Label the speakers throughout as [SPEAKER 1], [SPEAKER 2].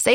[SPEAKER 1] Say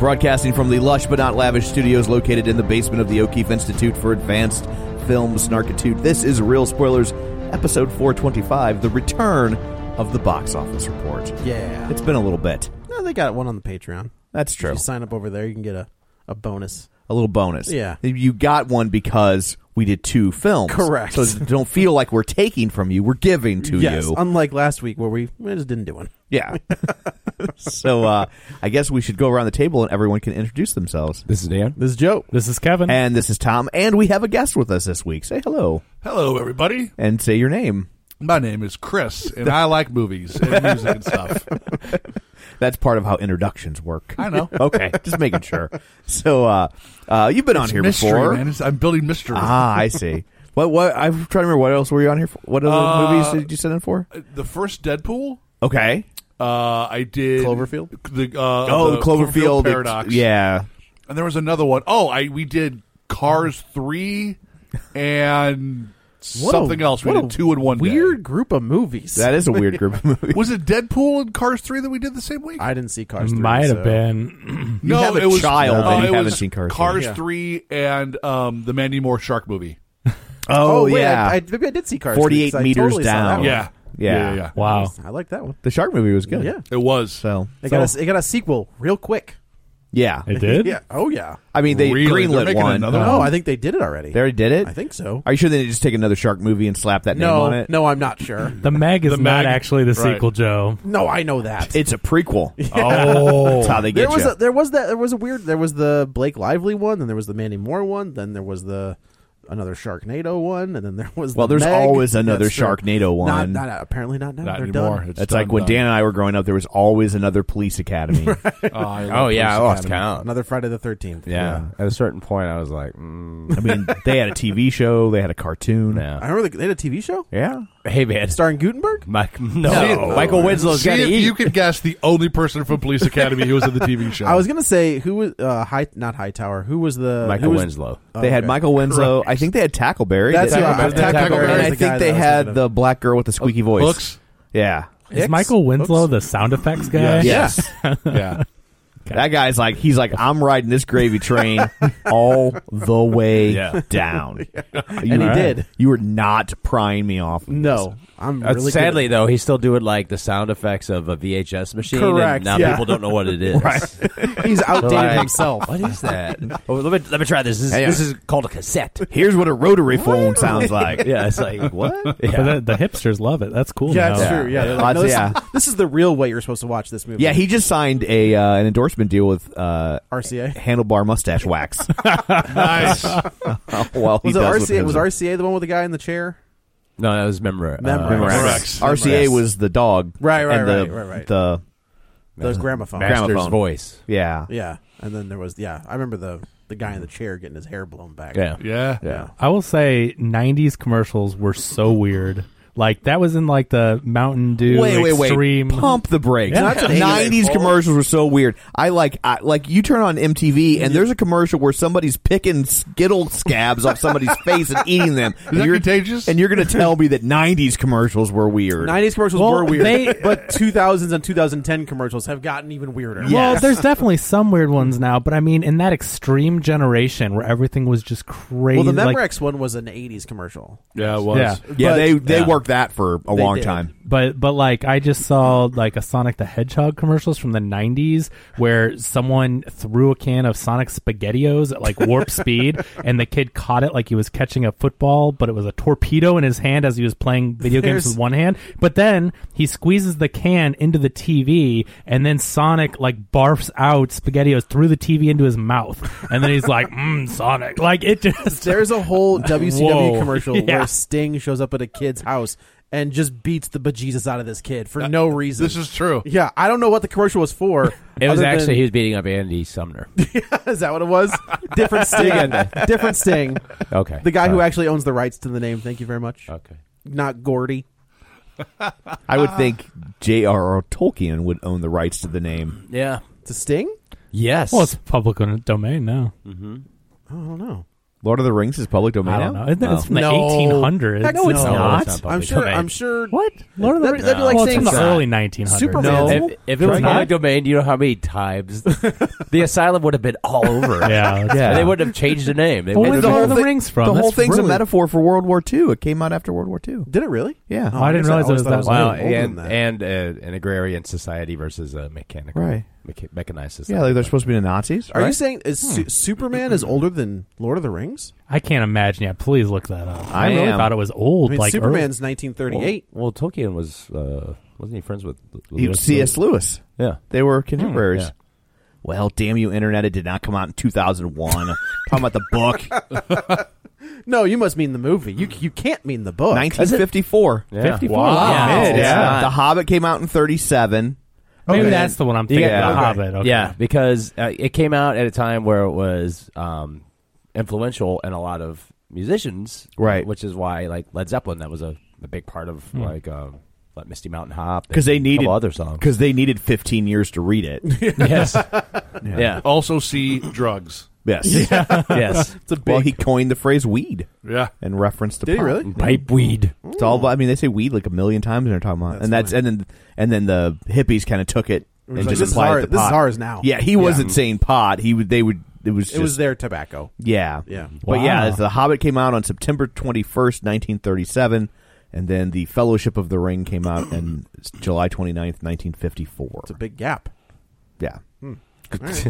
[SPEAKER 2] Broadcasting from the lush but not lavish studios located in the basement of the O'Keefe Institute for Advanced Film Snarkitude, this is Real Spoilers, episode 425, the return of the box office report.
[SPEAKER 3] Yeah.
[SPEAKER 2] It's been a little bit.
[SPEAKER 3] No, they got one on the Patreon.
[SPEAKER 2] That's
[SPEAKER 3] If
[SPEAKER 2] true.
[SPEAKER 3] you sign up over there, you can get a, a bonus.
[SPEAKER 2] A little bonus.
[SPEAKER 3] Yeah.
[SPEAKER 2] You got one because we did two films.
[SPEAKER 3] Correct.
[SPEAKER 2] So don't feel like we're taking from you, we're giving to
[SPEAKER 3] yes,
[SPEAKER 2] you.
[SPEAKER 3] unlike last week where we, we just didn't do one.
[SPEAKER 2] yeah. so uh, I guess we should go around the table and everyone can introduce themselves.
[SPEAKER 4] This is Dan.
[SPEAKER 3] This is Joe.
[SPEAKER 4] This is Kevin.
[SPEAKER 2] And this is Tom, and we have a guest with us this week. Say hello
[SPEAKER 5] Hello, everybody.
[SPEAKER 2] and say your name.
[SPEAKER 5] My name is Chris, and I like movies and music and stuff.
[SPEAKER 2] That's part of how introductions work.
[SPEAKER 5] I know.
[SPEAKER 2] okay, just making sure. So, uh, uh, you've been on
[SPEAKER 5] It's
[SPEAKER 2] here
[SPEAKER 5] mystery,
[SPEAKER 2] before.
[SPEAKER 5] man. It's- I'm building mystery.
[SPEAKER 2] Ah, I see. What? What? I'm trying to remember. What else were you on here for? What other
[SPEAKER 5] Uh,
[SPEAKER 2] movies did you send in for?
[SPEAKER 5] The first Deadpool,
[SPEAKER 2] Okay.
[SPEAKER 5] uh, I did
[SPEAKER 3] Cloverfield?
[SPEAKER 5] The uh,
[SPEAKER 2] Oh,
[SPEAKER 5] the
[SPEAKER 2] Cloverfield,
[SPEAKER 5] paradox.
[SPEAKER 2] it- yeah.
[SPEAKER 5] and there was another one. Oh, I we did Cars three and something else. We
[SPEAKER 3] what
[SPEAKER 5] did
[SPEAKER 3] a
[SPEAKER 5] two in one. day.
[SPEAKER 3] Weird group of movies.
[SPEAKER 2] That is a weird group of movies.
[SPEAKER 5] Was it Deadpool and Cars three that we did the same week?
[SPEAKER 3] I didn't see Cars 3.
[SPEAKER 4] Might
[SPEAKER 3] so-
[SPEAKER 4] have been.
[SPEAKER 2] You have a child
[SPEAKER 5] uh,
[SPEAKER 2] and you
[SPEAKER 5] it
[SPEAKER 2] haven't
[SPEAKER 5] was
[SPEAKER 2] seen Cars
[SPEAKER 5] Cars
[SPEAKER 2] three.
[SPEAKER 3] Yeah.
[SPEAKER 5] three and um, the Mandy Moore shark movie.
[SPEAKER 2] Oh,
[SPEAKER 3] wait,
[SPEAKER 2] yeah.
[SPEAKER 3] I, I, maybe I did see Cars 3,
[SPEAKER 2] 48
[SPEAKER 3] 'cause I
[SPEAKER 2] meters
[SPEAKER 3] totally saw that
[SPEAKER 2] down.
[SPEAKER 3] one.
[SPEAKER 5] Yeah.
[SPEAKER 2] Yeah.
[SPEAKER 5] Yeah, yeah.
[SPEAKER 4] Wow.
[SPEAKER 3] I like that one.
[SPEAKER 2] the shark movie was good.
[SPEAKER 3] Yeah.
[SPEAKER 5] It was.
[SPEAKER 2] So
[SPEAKER 3] It, got a, it got a sequel real quick.
[SPEAKER 2] yeah,
[SPEAKER 4] It did?
[SPEAKER 3] Yeah. Oh, yeah.
[SPEAKER 2] I mean they
[SPEAKER 5] Really? They're
[SPEAKER 2] greenlit
[SPEAKER 5] making
[SPEAKER 2] one. Uh,
[SPEAKER 5] another
[SPEAKER 3] No, I think they did it already.
[SPEAKER 2] They already did it.
[SPEAKER 3] I think so.
[SPEAKER 2] Are you sure they didn't just take another shark movie and slap that name
[SPEAKER 3] no,
[SPEAKER 2] on it?
[SPEAKER 3] no, I'm not sure.
[SPEAKER 4] The Meg is
[SPEAKER 5] The
[SPEAKER 4] not
[SPEAKER 5] Meg-
[SPEAKER 4] actually the
[SPEAKER 5] right.
[SPEAKER 4] sequel, Joe.
[SPEAKER 3] No, I know that.
[SPEAKER 2] It's a prequel.
[SPEAKER 4] Oh.
[SPEAKER 2] That's how they get
[SPEAKER 3] there was
[SPEAKER 2] you.
[SPEAKER 3] a, there was that there was a weird there was the Blake Lively one, then there was the Mandy Moore one, then there was the another Sharknado one, and then there was
[SPEAKER 2] Well,
[SPEAKER 3] the
[SPEAKER 2] there's
[SPEAKER 3] Meg.
[SPEAKER 2] always another
[SPEAKER 3] true.
[SPEAKER 2] Sharknado
[SPEAKER 3] Not,
[SPEAKER 2] one.
[SPEAKER 3] not apparently not now.
[SPEAKER 5] Not
[SPEAKER 3] They're
[SPEAKER 5] anymore.
[SPEAKER 3] done.
[SPEAKER 5] It's
[SPEAKER 2] It's
[SPEAKER 5] done,
[SPEAKER 2] like when
[SPEAKER 5] done.
[SPEAKER 2] Dan and I were growing up, there was always another police academy.
[SPEAKER 5] Oh, I love
[SPEAKER 6] Oh yeah, I
[SPEAKER 5] Police
[SPEAKER 6] lost
[SPEAKER 5] Academy.
[SPEAKER 6] count.
[SPEAKER 3] Another Friday the Thirteenth.
[SPEAKER 6] Yeah. at a certain point, I was like, mm.
[SPEAKER 2] I mean, they had a TV show, they had a cartoon.
[SPEAKER 3] I
[SPEAKER 6] yeah,
[SPEAKER 3] remember they- they had a TV show
[SPEAKER 2] Yeah.
[SPEAKER 6] hey man,
[SPEAKER 3] starring Gutenberg.
[SPEAKER 6] Mike, no,
[SPEAKER 5] See-
[SPEAKER 6] Michael Winslow's
[SPEAKER 5] Oh, See
[SPEAKER 6] got to
[SPEAKER 5] if
[SPEAKER 6] eat.
[SPEAKER 5] you could guess the only person from Police Academy who was in the TV show.
[SPEAKER 3] I was gonna say who was uh, high not Hightower. Who was the
[SPEAKER 6] Michael
[SPEAKER 3] who was,
[SPEAKER 6] Winslow.
[SPEAKER 2] They had
[SPEAKER 3] okay.
[SPEAKER 2] Michael Winslow. I think they had Tackleberry.
[SPEAKER 3] That's
[SPEAKER 2] They-
[SPEAKER 3] who I-
[SPEAKER 2] Tackleberry.
[SPEAKER 3] Tackleberry
[SPEAKER 5] is
[SPEAKER 2] And I
[SPEAKER 3] the
[SPEAKER 2] think
[SPEAKER 3] guy
[SPEAKER 2] they
[SPEAKER 3] that I was
[SPEAKER 2] had
[SPEAKER 3] thinking of.
[SPEAKER 2] the black girl with the squeaky voice.
[SPEAKER 5] Hooks.
[SPEAKER 2] Yeah.
[SPEAKER 4] Is Michael Winslow the sound effects guy?
[SPEAKER 5] Yes.
[SPEAKER 2] Yes.
[SPEAKER 5] Yeah.
[SPEAKER 2] That guy's like, he's like, I'm riding this gravy train all the way down. You
[SPEAKER 3] And he
[SPEAKER 2] were-
[SPEAKER 3] did.
[SPEAKER 2] You were not prying me off. with
[SPEAKER 3] No, I'm
[SPEAKER 6] Uh,
[SPEAKER 3] really good
[SPEAKER 6] sadly,
[SPEAKER 3] at-
[SPEAKER 6] though, he's still doing like the sound effects of a VHS machine.
[SPEAKER 3] Correct,
[SPEAKER 6] And now
[SPEAKER 3] yeah.
[SPEAKER 6] people don't know what it is.
[SPEAKER 3] he's outdated
[SPEAKER 6] Like,
[SPEAKER 3] himself.
[SPEAKER 6] What is that? oh, let me let me try this. This,
[SPEAKER 2] Hey,
[SPEAKER 6] this
[SPEAKER 2] uh,
[SPEAKER 6] is called a cassette.
[SPEAKER 2] this. Here's what a rotary phone sounds like.
[SPEAKER 6] yeah, it's like what?
[SPEAKER 4] But the, the hipsters love it. That's cool.
[SPEAKER 3] Yeah,
[SPEAKER 4] to
[SPEAKER 3] that's
[SPEAKER 4] know.
[SPEAKER 3] true. Yeah, they're
[SPEAKER 2] Uh,
[SPEAKER 3] like, no, this,
[SPEAKER 2] yeah.
[SPEAKER 3] Is, this is the real way you're supposed to watch this movie.
[SPEAKER 2] Yeah, he just signed a uh, an endorsement deal with uh,
[SPEAKER 3] RCA.
[SPEAKER 2] Handlebar Mustache Wax.
[SPEAKER 5] Nice.
[SPEAKER 2] well, he
[SPEAKER 3] Was it
[SPEAKER 2] does with
[SPEAKER 6] Oh,
[SPEAKER 3] RCA? Was
[SPEAKER 2] his-
[SPEAKER 3] RCA the one with the guy in the chair?
[SPEAKER 6] No, that was Memorex.
[SPEAKER 2] Uh,
[SPEAKER 3] Memorex.
[SPEAKER 2] Memorex. RCA was the dog.
[SPEAKER 3] Right, right,
[SPEAKER 2] and the,
[SPEAKER 3] right, right, right.
[SPEAKER 2] The
[SPEAKER 3] the gramophone.
[SPEAKER 6] Master's voice.
[SPEAKER 2] Yeah.
[SPEAKER 3] Yeah, and then there was yeah. I remember the the guy in the chair getting his hair blown back.
[SPEAKER 6] Yeah.
[SPEAKER 5] Yeah.
[SPEAKER 2] Yeah.
[SPEAKER 4] I will say, '90s commercials were so weird. Like that was in like the Mountain Dew
[SPEAKER 2] Wait, wait, wait.
[SPEAKER 4] extreme.
[SPEAKER 2] Pump the brakes.
[SPEAKER 4] Yeah.
[SPEAKER 3] That's an 80s
[SPEAKER 2] Nineties commercials were so weird. I like, I like. You turn on MTV and there's a commercial where somebody's picking Skittle scabs off somebody's face and eating them.
[SPEAKER 5] Is that
[SPEAKER 2] you're,
[SPEAKER 5] contagious?
[SPEAKER 2] And you're gonna tell me that nineties commercials were weird.
[SPEAKER 3] Nineties commercials
[SPEAKER 4] Well,
[SPEAKER 3] were weird,
[SPEAKER 4] they-
[SPEAKER 3] but two thousands and two thousand ten commercials have gotten even weirder.
[SPEAKER 4] Well, there's definitely some weird ones now, but I mean, in that extreme generation where everything was just crazy,
[SPEAKER 3] Well, the
[SPEAKER 4] like-
[SPEAKER 3] Memorex one was an '80s commercial.
[SPEAKER 5] Yeah, it was.
[SPEAKER 4] yeah.
[SPEAKER 2] yeah,
[SPEAKER 3] but-
[SPEAKER 2] they they
[SPEAKER 6] yeah.
[SPEAKER 2] worked that for a
[SPEAKER 3] They
[SPEAKER 2] long
[SPEAKER 3] did.
[SPEAKER 2] time.
[SPEAKER 4] But but like I just saw like a Sonic the Hedgehog commercials from the '90s where someone threw a can of Sonic Spaghettios at like warp speed, and the kid caught it like he was catching a football, but it was a torpedo in his hand as he was playing video games
[SPEAKER 3] There's-
[SPEAKER 4] with one hand. But then he squeezes the can into the TV, and then Sonic like barfs out Spaghettios through the TV into his mouth, and then he's like, mm, "Sonic!" Like it just
[SPEAKER 3] There's a whole WCW
[SPEAKER 4] Whoa.
[SPEAKER 3] commercial
[SPEAKER 4] Yeah.
[SPEAKER 3] where Sting shows up at a kid's house and just beats the bejesus out of this kid for no reason.
[SPEAKER 5] This is true.
[SPEAKER 3] yeah, I don't know what the commercial was for.
[SPEAKER 6] It was
[SPEAKER 3] other
[SPEAKER 6] actually
[SPEAKER 3] than-
[SPEAKER 6] he was beating up Andy Sumner.
[SPEAKER 3] is that what it was? Different Sting. different Sting.
[SPEAKER 6] Okay.
[SPEAKER 3] The guy who
[SPEAKER 6] Sorry. Uh,
[SPEAKER 3] actually owns the rights to the name. Thank you very much.
[SPEAKER 6] Okay.
[SPEAKER 3] Not Gordy.
[SPEAKER 2] I
[SPEAKER 3] Uh,
[SPEAKER 2] would think J.R.R. Tolkien would own the rights to the name.
[SPEAKER 6] Yeah.
[SPEAKER 3] To Sting?
[SPEAKER 6] Yes.
[SPEAKER 4] well, it's public domain now.
[SPEAKER 3] I don't know.
[SPEAKER 2] Lord of the Rings is public domain.
[SPEAKER 4] I don't
[SPEAKER 2] now?
[SPEAKER 4] know. Isn't it- It's
[SPEAKER 2] Oh.
[SPEAKER 4] from the
[SPEAKER 3] No.
[SPEAKER 4] 1800s.
[SPEAKER 3] Heck, no, it's
[SPEAKER 6] No,
[SPEAKER 4] not.
[SPEAKER 6] it's not public
[SPEAKER 3] I'm sure.
[SPEAKER 6] domain.
[SPEAKER 3] I'm sure.
[SPEAKER 4] What? Lord of the
[SPEAKER 3] That'd
[SPEAKER 4] Rings?
[SPEAKER 3] be- that'd be like
[SPEAKER 4] well, it's
[SPEAKER 3] saying
[SPEAKER 4] from the
[SPEAKER 3] Superman.
[SPEAKER 4] early 1900s.
[SPEAKER 3] Superman.
[SPEAKER 6] No.
[SPEAKER 3] No.
[SPEAKER 6] If, if it was
[SPEAKER 4] Try
[SPEAKER 6] public
[SPEAKER 4] not.
[SPEAKER 6] domain, you know how many times the asylum would have been all over.
[SPEAKER 4] Yeah, that's
[SPEAKER 6] yeah.
[SPEAKER 4] fair.
[SPEAKER 6] They wouldn't have changed the name. They
[SPEAKER 4] Well,
[SPEAKER 6] wouldn't
[SPEAKER 4] when's
[SPEAKER 6] have-
[SPEAKER 4] Lord of the Rings from?
[SPEAKER 2] The whole
[SPEAKER 4] That's
[SPEAKER 2] thing's a
[SPEAKER 4] really-
[SPEAKER 2] metaphor for World War II. It came out after World War II.
[SPEAKER 3] Did it really?
[SPEAKER 2] Yeah.
[SPEAKER 3] Oh,
[SPEAKER 4] I didn't
[SPEAKER 3] guess
[SPEAKER 4] realize it
[SPEAKER 3] always thought
[SPEAKER 4] was that
[SPEAKER 3] a little
[SPEAKER 6] Wow,
[SPEAKER 4] old.
[SPEAKER 3] older than
[SPEAKER 6] and
[SPEAKER 3] that.
[SPEAKER 6] and uh, an agrarian society versus a mechanical,
[SPEAKER 2] Right.
[SPEAKER 6] mecha- mechanized society.
[SPEAKER 2] Yeah, like they're supposed to be the Nazis.
[SPEAKER 3] Are
[SPEAKER 2] right?
[SPEAKER 3] you saying is Su- Superman is older than Lord of the Rings?
[SPEAKER 4] I can't imagine. Yeah, please look that up. I,
[SPEAKER 2] I
[SPEAKER 4] really
[SPEAKER 2] am.
[SPEAKER 4] thought it was old.
[SPEAKER 3] I mean,
[SPEAKER 4] like
[SPEAKER 3] Superman's
[SPEAKER 6] well,
[SPEAKER 3] 1938.
[SPEAKER 6] Well, Tolkien was uh, wasn't he friends with L-
[SPEAKER 2] You-
[SPEAKER 6] Lewis-
[SPEAKER 2] C.S. Lewis.
[SPEAKER 6] Yeah.
[SPEAKER 2] They were contemporaries.
[SPEAKER 6] Hmm, yeah.
[SPEAKER 2] Well, damn you, internet! It did not come out in 2001. Talking about the book,
[SPEAKER 3] No, you must mean the movie. You you can't mean the book.
[SPEAKER 2] 1954.
[SPEAKER 6] Yeah.
[SPEAKER 4] 54.
[SPEAKER 6] Wow.
[SPEAKER 4] Oh, Yeah.
[SPEAKER 6] It's not-
[SPEAKER 2] The Hobbit came out in 37.
[SPEAKER 4] Maybe that's the one I'm thinking
[SPEAKER 6] Yeah.
[SPEAKER 4] of. The
[SPEAKER 6] Okay.
[SPEAKER 4] Hobbit. Okay.
[SPEAKER 6] Yeah, because uh, it came out at a time where it was um, influential in a lot of musicians,
[SPEAKER 2] Right.
[SPEAKER 6] Which is why, like Led Zeppelin, that was a, a big part of like um, like Misty Mountain Hop
[SPEAKER 2] because they
[SPEAKER 6] and a couple
[SPEAKER 2] needed
[SPEAKER 6] other songs.
[SPEAKER 2] because they needed 15 years to read it.
[SPEAKER 6] yes, yeah,
[SPEAKER 5] Also, see drugs.
[SPEAKER 2] yes,
[SPEAKER 6] yes,
[SPEAKER 2] Oh. It's a well, he coined the phrase "weed"
[SPEAKER 5] Yeah.
[SPEAKER 2] in reference to
[SPEAKER 3] Did he
[SPEAKER 2] pop.
[SPEAKER 3] really?
[SPEAKER 6] pipe weed.
[SPEAKER 2] It's all. about- I mean, they say weed like a million times, and they're talking about, and that's and then and then the hippies kind of took it and
[SPEAKER 3] like,
[SPEAKER 2] just
[SPEAKER 3] this is
[SPEAKER 2] applied
[SPEAKER 3] our-
[SPEAKER 2] it to
[SPEAKER 3] this is
[SPEAKER 2] pot.
[SPEAKER 3] ours now.
[SPEAKER 2] Yeah, he wasn't saying pot. He would. They would. It was. Just,
[SPEAKER 3] It was their tobacco.
[SPEAKER 2] Yeah.
[SPEAKER 3] Yeah.
[SPEAKER 2] But
[SPEAKER 4] Wow.
[SPEAKER 2] yeah, The Hobbit came out on September 21st, 1937, and then The Fellowship of the Ring came out in s- July 29th, 1954.
[SPEAKER 3] It's a big gap.
[SPEAKER 2] yeah.
[SPEAKER 5] That's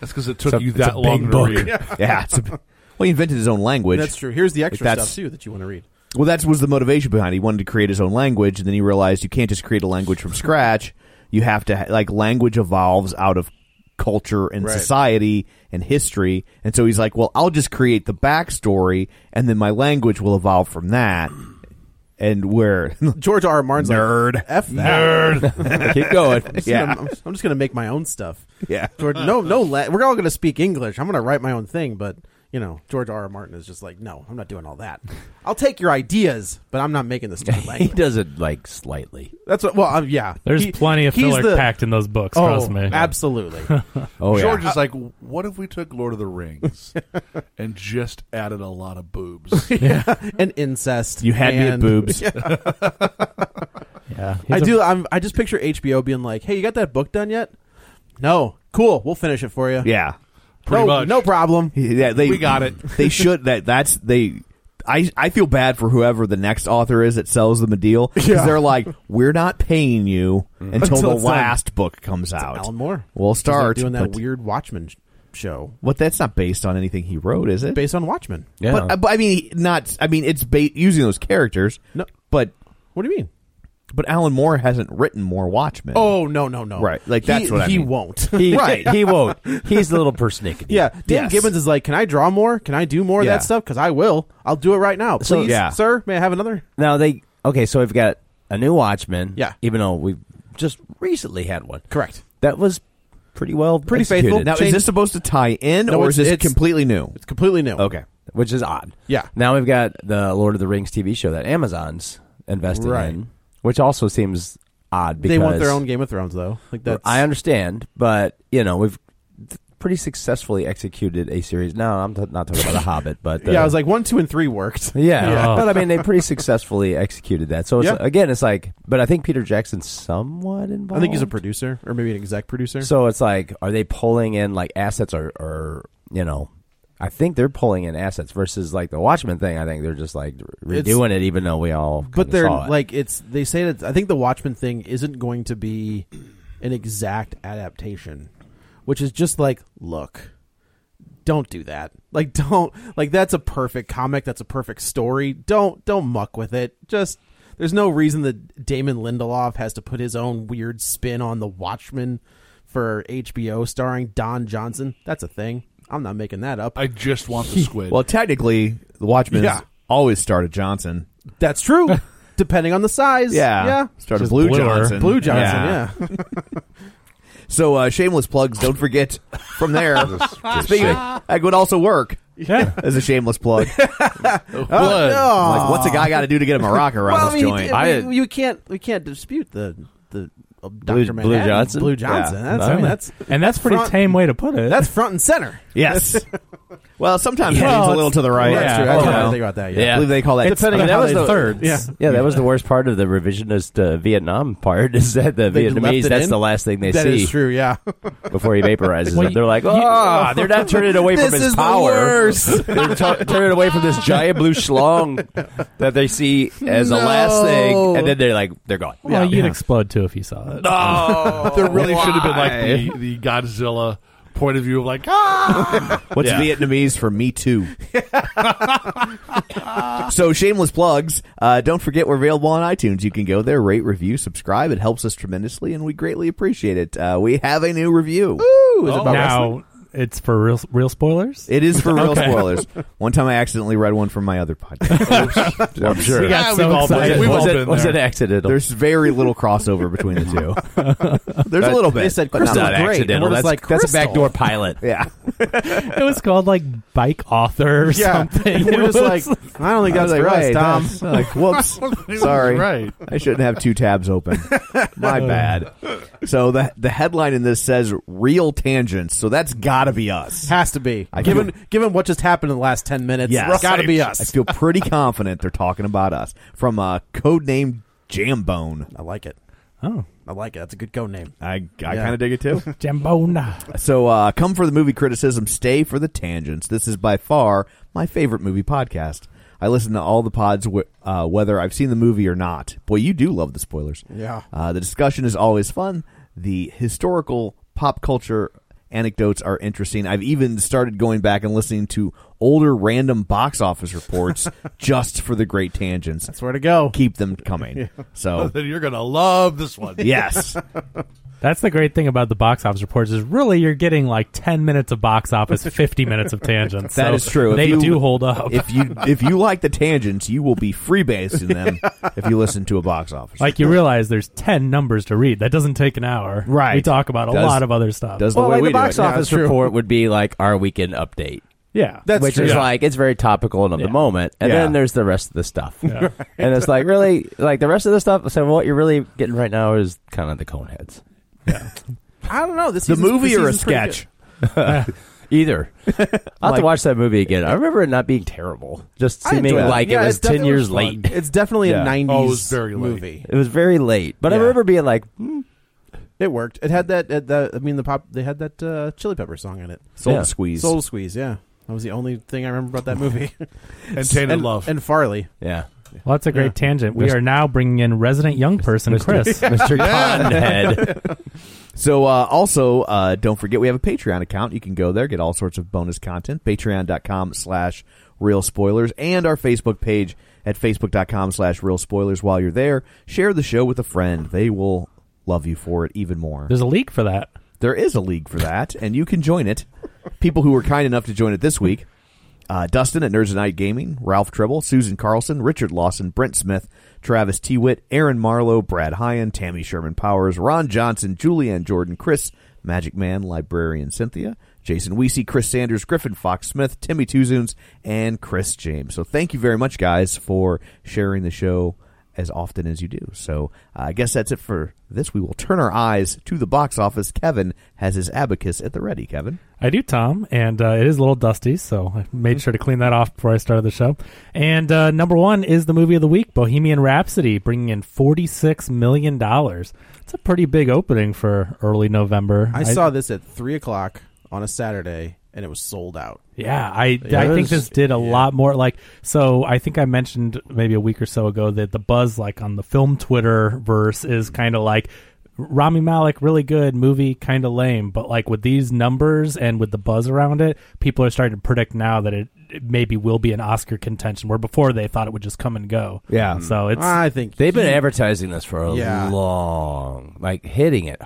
[SPEAKER 5] because it took
[SPEAKER 6] It's a-
[SPEAKER 5] you
[SPEAKER 6] it's a
[SPEAKER 5] that long
[SPEAKER 6] big
[SPEAKER 5] to
[SPEAKER 6] book.
[SPEAKER 5] read.
[SPEAKER 2] Yeah. It's a, well, he invented his own language.
[SPEAKER 3] that's true. Here's the extra
[SPEAKER 2] that's-
[SPEAKER 3] stuff too that you want to read.
[SPEAKER 2] Well, that was the motivation behind it. He wanted to create his own language, and then he realized you can't just create a language from scratch. You have to, ha- like, language evolves out of culture and
[SPEAKER 3] Right.
[SPEAKER 2] society and history. And so he's like, well, I'll just create the backstory, and then my language will evolve from that. And where
[SPEAKER 3] George R. R. Martin's
[SPEAKER 2] Nerd.
[SPEAKER 3] like, F that. Nerd.
[SPEAKER 2] Keep going.
[SPEAKER 3] Yeah.
[SPEAKER 2] yeah.
[SPEAKER 3] I'm, I'm just going to make my own stuff.
[SPEAKER 2] Yeah.
[SPEAKER 3] George, no, no, la- we're all going to speak English. I'm going to write my own thing, but you know, George R. R. Martin is just like, no, I'm not doing all that. I'll take your ideas, but I'm not making this new
[SPEAKER 6] He
[SPEAKER 3] language.
[SPEAKER 6] does it like slightly.
[SPEAKER 3] That's what. Well, um, yeah.
[SPEAKER 4] There's
[SPEAKER 3] He-
[SPEAKER 4] plenty of
[SPEAKER 3] he's
[SPEAKER 4] filler
[SPEAKER 3] the-
[SPEAKER 4] packed in those books.
[SPEAKER 3] Oh,
[SPEAKER 4] trust me.
[SPEAKER 3] absolutely.
[SPEAKER 6] Oh
[SPEAKER 5] George
[SPEAKER 6] yeah,
[SPEAKER 5] is like, what if we took Lord of the Rings and just added a lot of boobs?
[SPEAKER 3] and incest.
[SPEAKER 2] You had me at
[SPEAKER 3] and-
[SPEAKER 2] boobs.
[SPEAKER 4] yeah.
[SPEAKER 3] I
[SPEAKER 4] He's a-
[SPEAKER 3] do. I'm, I just picture HBO being like, "Hey, you got that book done yet? No. Cool. We'll finish it for you.
[SPEAKER 2] Yeah.
[SPEAKER 5] Pretty
[SPEAKER 3] no,
[SPEAKER 5] much.
[SPEAKER 3] no problem.
[SPEAKER 2] Yeah, they
[SPEAKER 5] We got it.
[SPEAKER 2] They should that that's they I I feel bad for whoever the next author is that sells them a deal cuz they're like we're not paying you until,
[SPEAKER 3] Mm-hmm. Until
[SPEAKER 2] the
[SPEAKER 3] it's done."
[SPEAKER 2] last book comes out.
[SPEAKER 3] Alan Moore.
[SPEAKER 2] We'll
[SPEAKER 3] He's, like,
[SPEAKER 2] start
[SPEAKER 3] doing that
[SPEAKER 2] but,
[SPEAKER 3] weird Watchmen sh- show
[SPEAKER 2] But that's not based on anything he wrote, is it? uh,
[SPEAKER 3] based on Watchmen.
[SPEAKER 6] yeah.
[SPEAKER 2] But, but I mean not I mean it's ba- using those characters.
[SPEAKER 3] No.
[SPEAKER 2] But
[SPEAKER 3] What do you mean?
[SPEAKER 2] But Alan Moore hasn't written more Watchmen.
[SPEAKER 3] Oh no no no!
[SPEAKER 2] Right, like, that's
[SPEAKER 3] he,
[SPEAKER 2] what I
[SPEAKER 3] he
[SPEAKER 2] mean.
[SPEAKER 3] won't.
[SPEAKER 6] He,
[SPEAKER 2] Right.
[SPEAKER 6] he won't. He's a little persnickety.
[SPEAKER 3] Yeah, Dan
[SPEAKER 6] Yes.
[SPEAKER 3] Gibbons is like, can I draw more? Can I do more of
[SPEAKER 2] Yeah.
[SPEAKER 3] that stuff? Because I will. I'll do it right now. Please,
[SPEAKER 6] So- Yeah.
[SPEAKER 3] sir, may I have another?
[SPEAKER 6] Now they okay, so we've got a new Watchman.
[SPEAKER 3] Yeah.
[SPEAKER 6] Even though we've just recently had one.
[SPEAKER 3] Correct.
[SPEAKER 6] That was pretty well
[SPEAKER 3] Pretty
[SPEAKER 6] executed.
[SPEAKER 3] faithful.
[SPEAKER 2] Now, is
[SPEAKER 3] Change-
[SPEAKER 2] this supposed to tie in,
[SPEAKER 3] No,
[SPEAKER 2] or
[SPEAKER 3] it's-
[SPEAKER 2] is this
[SPEAKER 3] it's-
[SPEAKER 2] completely new?
[SPEAKER 3] It's completely new.
[SPEAKER 6] Okay. Which is odd.
[SPEAKER 3] Yeah.
[SPEAKER 6] Now we've got the Lord of the Rings TV show that Amazon's invested
[SPEAKER 3] Right.
[SPEAKER 6] in, which also seems odd because
[SPEAKER 3] they want their own Game of Thrones though. Like that's
[SPEAKER 6] I understand, but you know we've th- pretty successfully executed a series. No, I'm t- not talking about the Hobbit, but the,
[SPEAKER 3] Yeah, I was like one, two, and three worked.
[SPEAKER 6] yeah.
[SPEAKER 4] Yeah.
[SPEAKER 6] But I mean, they pretty successfully executed that. So it's,
[SPEAKER 3] Oh. Yeah.
[SPEAKER 6] again, it's like, but I think Peter Jackson's somewhat
[SPEAKER 3] I
[SPEAKER 6] involved.
[SPEAKER 3] think he's a producer or maybe an exec producer.
[SPEAKER 6] So it's like, are they pulling in like assets or, or you know, I think they're pulling in assets versus like the Watchmen thing. I think they're just like re-
[SPEAKER 3] It's-
[SPEAKER 6] redoing it, even though we all kinda
[SPEAKER 3] but they're
[SPEAKER 6] saw it.
[SPEAKER 3] like it's they say that I think the Watchmen thing isn't going to be an exact adaptation, which is just like look, don't do that. Like don't like that's a perfect comic, that's a perfect story. Don't don't muck with it. Just there's no reason that Damon Lindelof has to put his own weird spin on the Watchmen for HBO starring Don Johnson. That's a thing. I'm not making that up.
[SPEAKER 5] I just want the squid.
[SPEAKER 2] Well, technically, the Watchmen
[SPEAKER 3] Yeah.
[SPEAKER 2] always started Johnson.
[SPEAKER 3] that's true. Depending on the size. Yeah.
[SPEAKER 2] started
[SPEAKER 4] Just
[SPEAKER 2] Blue
[SPEAKER 4] bluer.
[SPEAKER 2] Johnson.
[SPEAKER 3] Blue Johnson, yeah.
[SPEAKER 2] So uh, shameless plugs. Don't forget from there. speaking, of- that would also work
[SPEAKER 4] Yeah.
[SPEAKER 2] as a shameless plug. Oh, Like, what's a guy got to do to get him a rocker around
[SPEAKER 3] Well, I
[SPEAKER 2] this
[SPEAKER 3] mean,
[SPEAKER 2] joint?
[SPEAKER 3] you- you, you can't we can't dispute the the uh,
[SPEAKER 6] Blue-
[SPEAKER 3] Dr.
[SPEAKER 6] Blue
[SPEAKER 3] Manhattan,
[SPEAKER 6] Johnson?
[SPEAKER 3] Blue Johnson.
[SPEAKER 6] Yeah.
[SPEAKER 3] That's,
[SPEAKER 6] I mean,
[SPEAKER 3] that's
[SPEAKER 4] and that's pretty
[SPEAKER 3] Front-
[SPEAKER 4] tame way to put it.
[SPEAKER 3] that's front and center.
[SPEAKER 2] yes. well, sometimes
[SPEAKER 4] Yeah.
[SPEAKER 2] it leans a
[SPEAKER 4] Well,
[SPEAKER 2] little to the right.
[SPEAKER 4] yeah.
[SPEAKER 3] That's true. I
[SPEAKER 4] Oh,
[SPEAKER 3] didn't
[SPEAKER 4] yeah.
[SPEAKER 3] think about that.
[SPEAKER 2] I
[SPEAKER 3] Yet.
[SPEAKER 2] believe they call that.
[SPEAKER 4] Depending on
[SPEAKER 6] that
[SPEAKER 4] how
[SPEAKER 6] was
[SPEAKER 4] they
[SPEAKER 6] the-
[SPEAKER 4] thirds.
[SPEAKER 3] yeah.
[SPEAKER 6] yeah, that was the worst part of the revisionist uh, Vietnam part is that the
[SPEAKER 3] They left
[SPEAKER 6] Vietnamese.
[SPEAKER 3] it
[SPEAKER 6] That's
[SPEAKER 3] in?
[SPEAKER 6] the last thing they
[SPEAKER 3] That
[SPEAKER 6] see
[SPEAKER 3] is true. Yeah.
[SPEAKER 6] before he vaporizes
[SPEAKER 4] Well,
[SPEAKER 6] them. They're like,
[SPEAKER 4] you-
[SPEAKER 6] oh, they're not turning away from
[SPEAKER 2] This
[SPEAKER 6] his
[SPEAKER 2] is the
[SPEAKER 6] power.
[SPEAKER 2] worst.
[SPEAKER 6] they're tu- turning away from this giant blue schlong that they see as the last thing, and then they're like, they're gone.
[SPEAKER 4] well, you'd explode too if you saw it.
[SPEAKER 5] no, there really should have been
[SPEAKER 2] Why?
[SPEAKER 5] like the, the Godzilla point of view of like ah.
[SPEAKER 2] What's
[SPEAKER 5] Yeah.
[SPEAKER 2] Vietnamese for me too? so shameless plugs. Uh, don't forget we're available on iTunes. You can go there, rate, review, subscribe. It helps us tremendously, and we greatly appreciate it. Uh, we have a new review.
[SPEAKER 3] Ooh, is it about wrestling?
[SPEAKER 4] Now it's for real real spoilers.
[SPEAKER 2] It is for real spoilers. One time I accidentally read one from my other podcast. I'm sure.
[SPEAKER 4] We got
[SPEAKER 5] Yeah,
[SPEAKER 4] so
[SPEAKER 5] we've all been-
[SPEAKER 4] excited.
[SPEAKER 5] we've
[SPEAKER 6] was
[SPEAKER 5] all
[SPEAKER 6] it,
[SPEAKER 5] been
[SPEAKER 6] was
[SPEAKER 5] there.
[SPEAKER 6] it accidental?
[SPEAKER 2] There's very little crossover between the two. There's a little bit.
[SPEAKER 3] They said
[SPEAKER 2] but not
[SPEAKER 6] It's
[SPEAKER 3] Crystal's
[SPEAKER 6] not
[SPEAKER 2] that.
[SPEAKER 3] great. And
[SPEAKER 6] accidental.
[SPEAKER 3] we're
[SPEAKER 6] That's,
[SPEAKER 3] just like,
[SPEAKER 6] that's a
[SPEAKER 3] Crystal.
[SPEAKER 6] backdoor pilot.
[SPEAKER 2] Yeah.
[SPEAKER 4] it was called like bike author or something.
[SPEAKER 3] We're
[SPEAKER 4] It
[SPEAKER 3] just
[SPEAKER 4] was-
[SPEAKER 3] like, I don't think that's
[SPEAKER 2] I was
[SPEAKER 3] for
[SPEAKER 2] like,
[SPEAKER 3] us,
[SPEAKER 2] wait,
[SPEAKER 3] Tom.
[SPEAKER 2] that's- like, whoops. Sorry.
[SPEAKER 5] Right.
[SPEAKER 2] I shouldn't have two tabs open. My bad. So the the headline in this says real tangents. So that's got to be us.
[SPEAKER 3] Has to be.
[SPEAKER 2] I
[SPEAKER 3] given
[SPEAKER 2] feel-
[SPEAKER 3] given what just happened in the last 10 minutes,
[SPEAKER 2] Yes.
[SPEAKER 3] it's got to be us.
[SPEAKER 2] I feel pretty confident they're talking about us from uh, codename Jambone.
[SPEAKER 3] I like it.
[SPEAKER 4] oh,
[SPEAKER 3] I like it. That's a good code name.
[SPEAKER 2] I I
[SPEAKER 3] Yeah.
[SPEAKER 2] kind of dig it too.
[SPEAKER 4] Jambona.
[SPEAKER 2] So uh, come for the movie criticism, stay for the tangents. This is by far my favorite movie podcast. I listen to all the pods, wh- uh, whether I've seen the movie or not. Boy, you do love the spoilers.
[SPEAKER 3] Yeah.
[SPEAKER 2] Uh, the discussion is always fun. The historical pop culture anecdotes are interesting. I've even started going back and listening to older random box office reports just for the great tangents.
[SPEAKER 3] That's where to go.
[SPEAKER 2] Keep them coming. So,
[SPEAKER 5] then you're gonna love this one.
[SPEAKER 2] yes.
[SPEAKER 4] That's the great thing about the box office reports is really you're getting like ten minutes of box office, fifty minutes of tangents.
[SPEAKER 2] That
[SPEAKER 4] so
[SPEAKER 2] is true. If
[SPEAKER 4] They
[SPEAKER 2] you-
[SPEAKER 4] do hold up.
[SPEAKER 2] if you if you like the tangents, you will be freebasing them if you listen to a box office.
[SPEAKER 4] like you realize there's ten numbers to read. That doesn't take an hour.
[SPEAKER 2] Right.
[SPEAKER 4] We talk about a
[SPEAKER 2] Does-
[SPEAKER 4] lot of other stuff.
[SPEAKER 2] does the
[SPEAKER 6] Well,
[SPEAKER 2] way
[SPEAKER 6] like
[SPEAKER 2] we
[SPEAKER 6] the
[SPEAKER 2] do
[SPEAKER 6] box
[SPEAKER 2] it.
[SPEAKER 6] office report would be like our weekend update.
[SPEAKER 4] yeah.
[SPEAKER 3] That's
[SPEAKER 6] which
[SPEAKER 3] true.
[SPEAKER 6] is
[SPEAKER 3] Yeah.
[SPEAKER 6] like it's very topical and in the
[SPEAKER 4] Yeah.
[SPEAKER 6] moment, and
[SPEAKER 2] Yeah.
[SPEAKER 6] then there's the rest of the stuff, and it's like really like the rest of the stuff. So what you're really getting right now is kind of the coneheads,
[SPEAKER 3] I don't know. This
[SPEAKER 2] the
[SPEAKER 3] season's-
[SPEAKER 2] movie
[SPEAKER 3] this
[SPEAKER 2] or a
[SPEAKER 3] season's pretty good.
[SPEAKER 2] sketch.
[SPEAKER 6] either. I'll have
[SPEAKER 2] Like-
[SPEAKER 6] to watch that movie again. I remember it not being terrible, just
[SPEAKER 3] I
[SPEAKER 6] seeming
[SPEAKER 3] enjoyed it.
[SPEAKER 6] like
[SPEAKER 3] Yeah,
[SPEAKER 6] it
[SPEAKER 3] it's
[SPEAKER 6] was ten
[SPEAKER 3] definitely
[SPEAKER 6] years
[SPEAKER 3] fun.
[SPEAKER 6] late.
[SPEAKER 3] It's definitely
[SPEAKER 2] Yeah.
[SPEAKER 3] a '90s
[SPEAKER 5] Oh, it was very late.
[SPEAKER 3] movie.
[SPEAKER 6] It was very late, but I
[SPEAKER 3] Yeah.
[SPEAKER 6] remember being like, hmm,
[SPEAKER 3] It worked. It had that. It, that I mean, the pop. They had that uh, Chili Pepper song in it.
[SPEAKER 2] Soul
[SPEAKER 6] Yeah.
[SPEAKER 2] squeeze.
[SPEAKER 3] Soul Squeeze. Yeah, that was the only thing I remember about that movie.
[SPEAKER 5] And Tainted
[SPEAKER 3] and
[SPEAKER 5] Love.
[SPEAKER 3] and Farley.
[SPEAKER 6] yeah,
[SPEAKER 4] Well, that's a great tangent. We are now bringing in resident young person Chris.
[SPEAKER 6] Mr. Conhead.
[SPEAKER 2] So uh, also uh, don't forget we have a Patreon account. You can go there, get all sorts of bonus content. Patreon.com slash Real Spoilers and our Facebook page at facebook.com slash real spoilers. While you're there, share the show with a friend. They will love you for it even more.
[SPEAKER 4] There's a league for that.
[SPEAKER 2] There is a league for that, and you can join it. People who were kind enough to join it this week uh, Dustin at Nerds and Night Gaming, Ralph Tribble, Susan Carlson, Richard Lawson, Brent Smith, Travis T. Witt, Aaron Marlowe, Brad Hyan, Tammy Sherman Powers, Ron Johnson, Julianne Jordan, Chris, Magic Man, Librarian Cynthia, Jason Weesey, Chris Sanders, Griffin Fox Smith, Timmy Tuzoons, and Chris James. So thank you very much, guys, for sharing the show as often as you do. So uh, I guess that's it for this. We will turn our eyes to the box office. Kevin has his abacus at the ready, Kevin.
[SPEAKER 4] I do, Tom, and uh, it is a little dusty, so I made sure to clean that off before I started the show. And uh, number one is the movie of the week, Bohemian Rhapsody, bringing in forty-six million dollars. It's a pretty big opening for early November.
[SPEAKER 3] I saw this at three o'clock on a Saturday, and it was sold out.
[SPEAKER 4] Yeah, I I think this did a lot more. Like, so I think I mentioned maybe a week or so ago that the buzz, like on the film Twitter verse, is kind of like Rami Malik, really good movie, kind of lame. But like with these numbers and with the buzz around it, people are starting to predict now that it, it maybe will be an Oscar contention. Where before they thought it would just come and go.
[SPEAKER 6] Yeah.
[SPEAKER 4] So it's
[SPEAKER 3] Mm. I think
[SPEAKER 6] They've been advertising this for a
[SPEAKER 3] Yeah.
[SPEAKER 6] long, like hitting it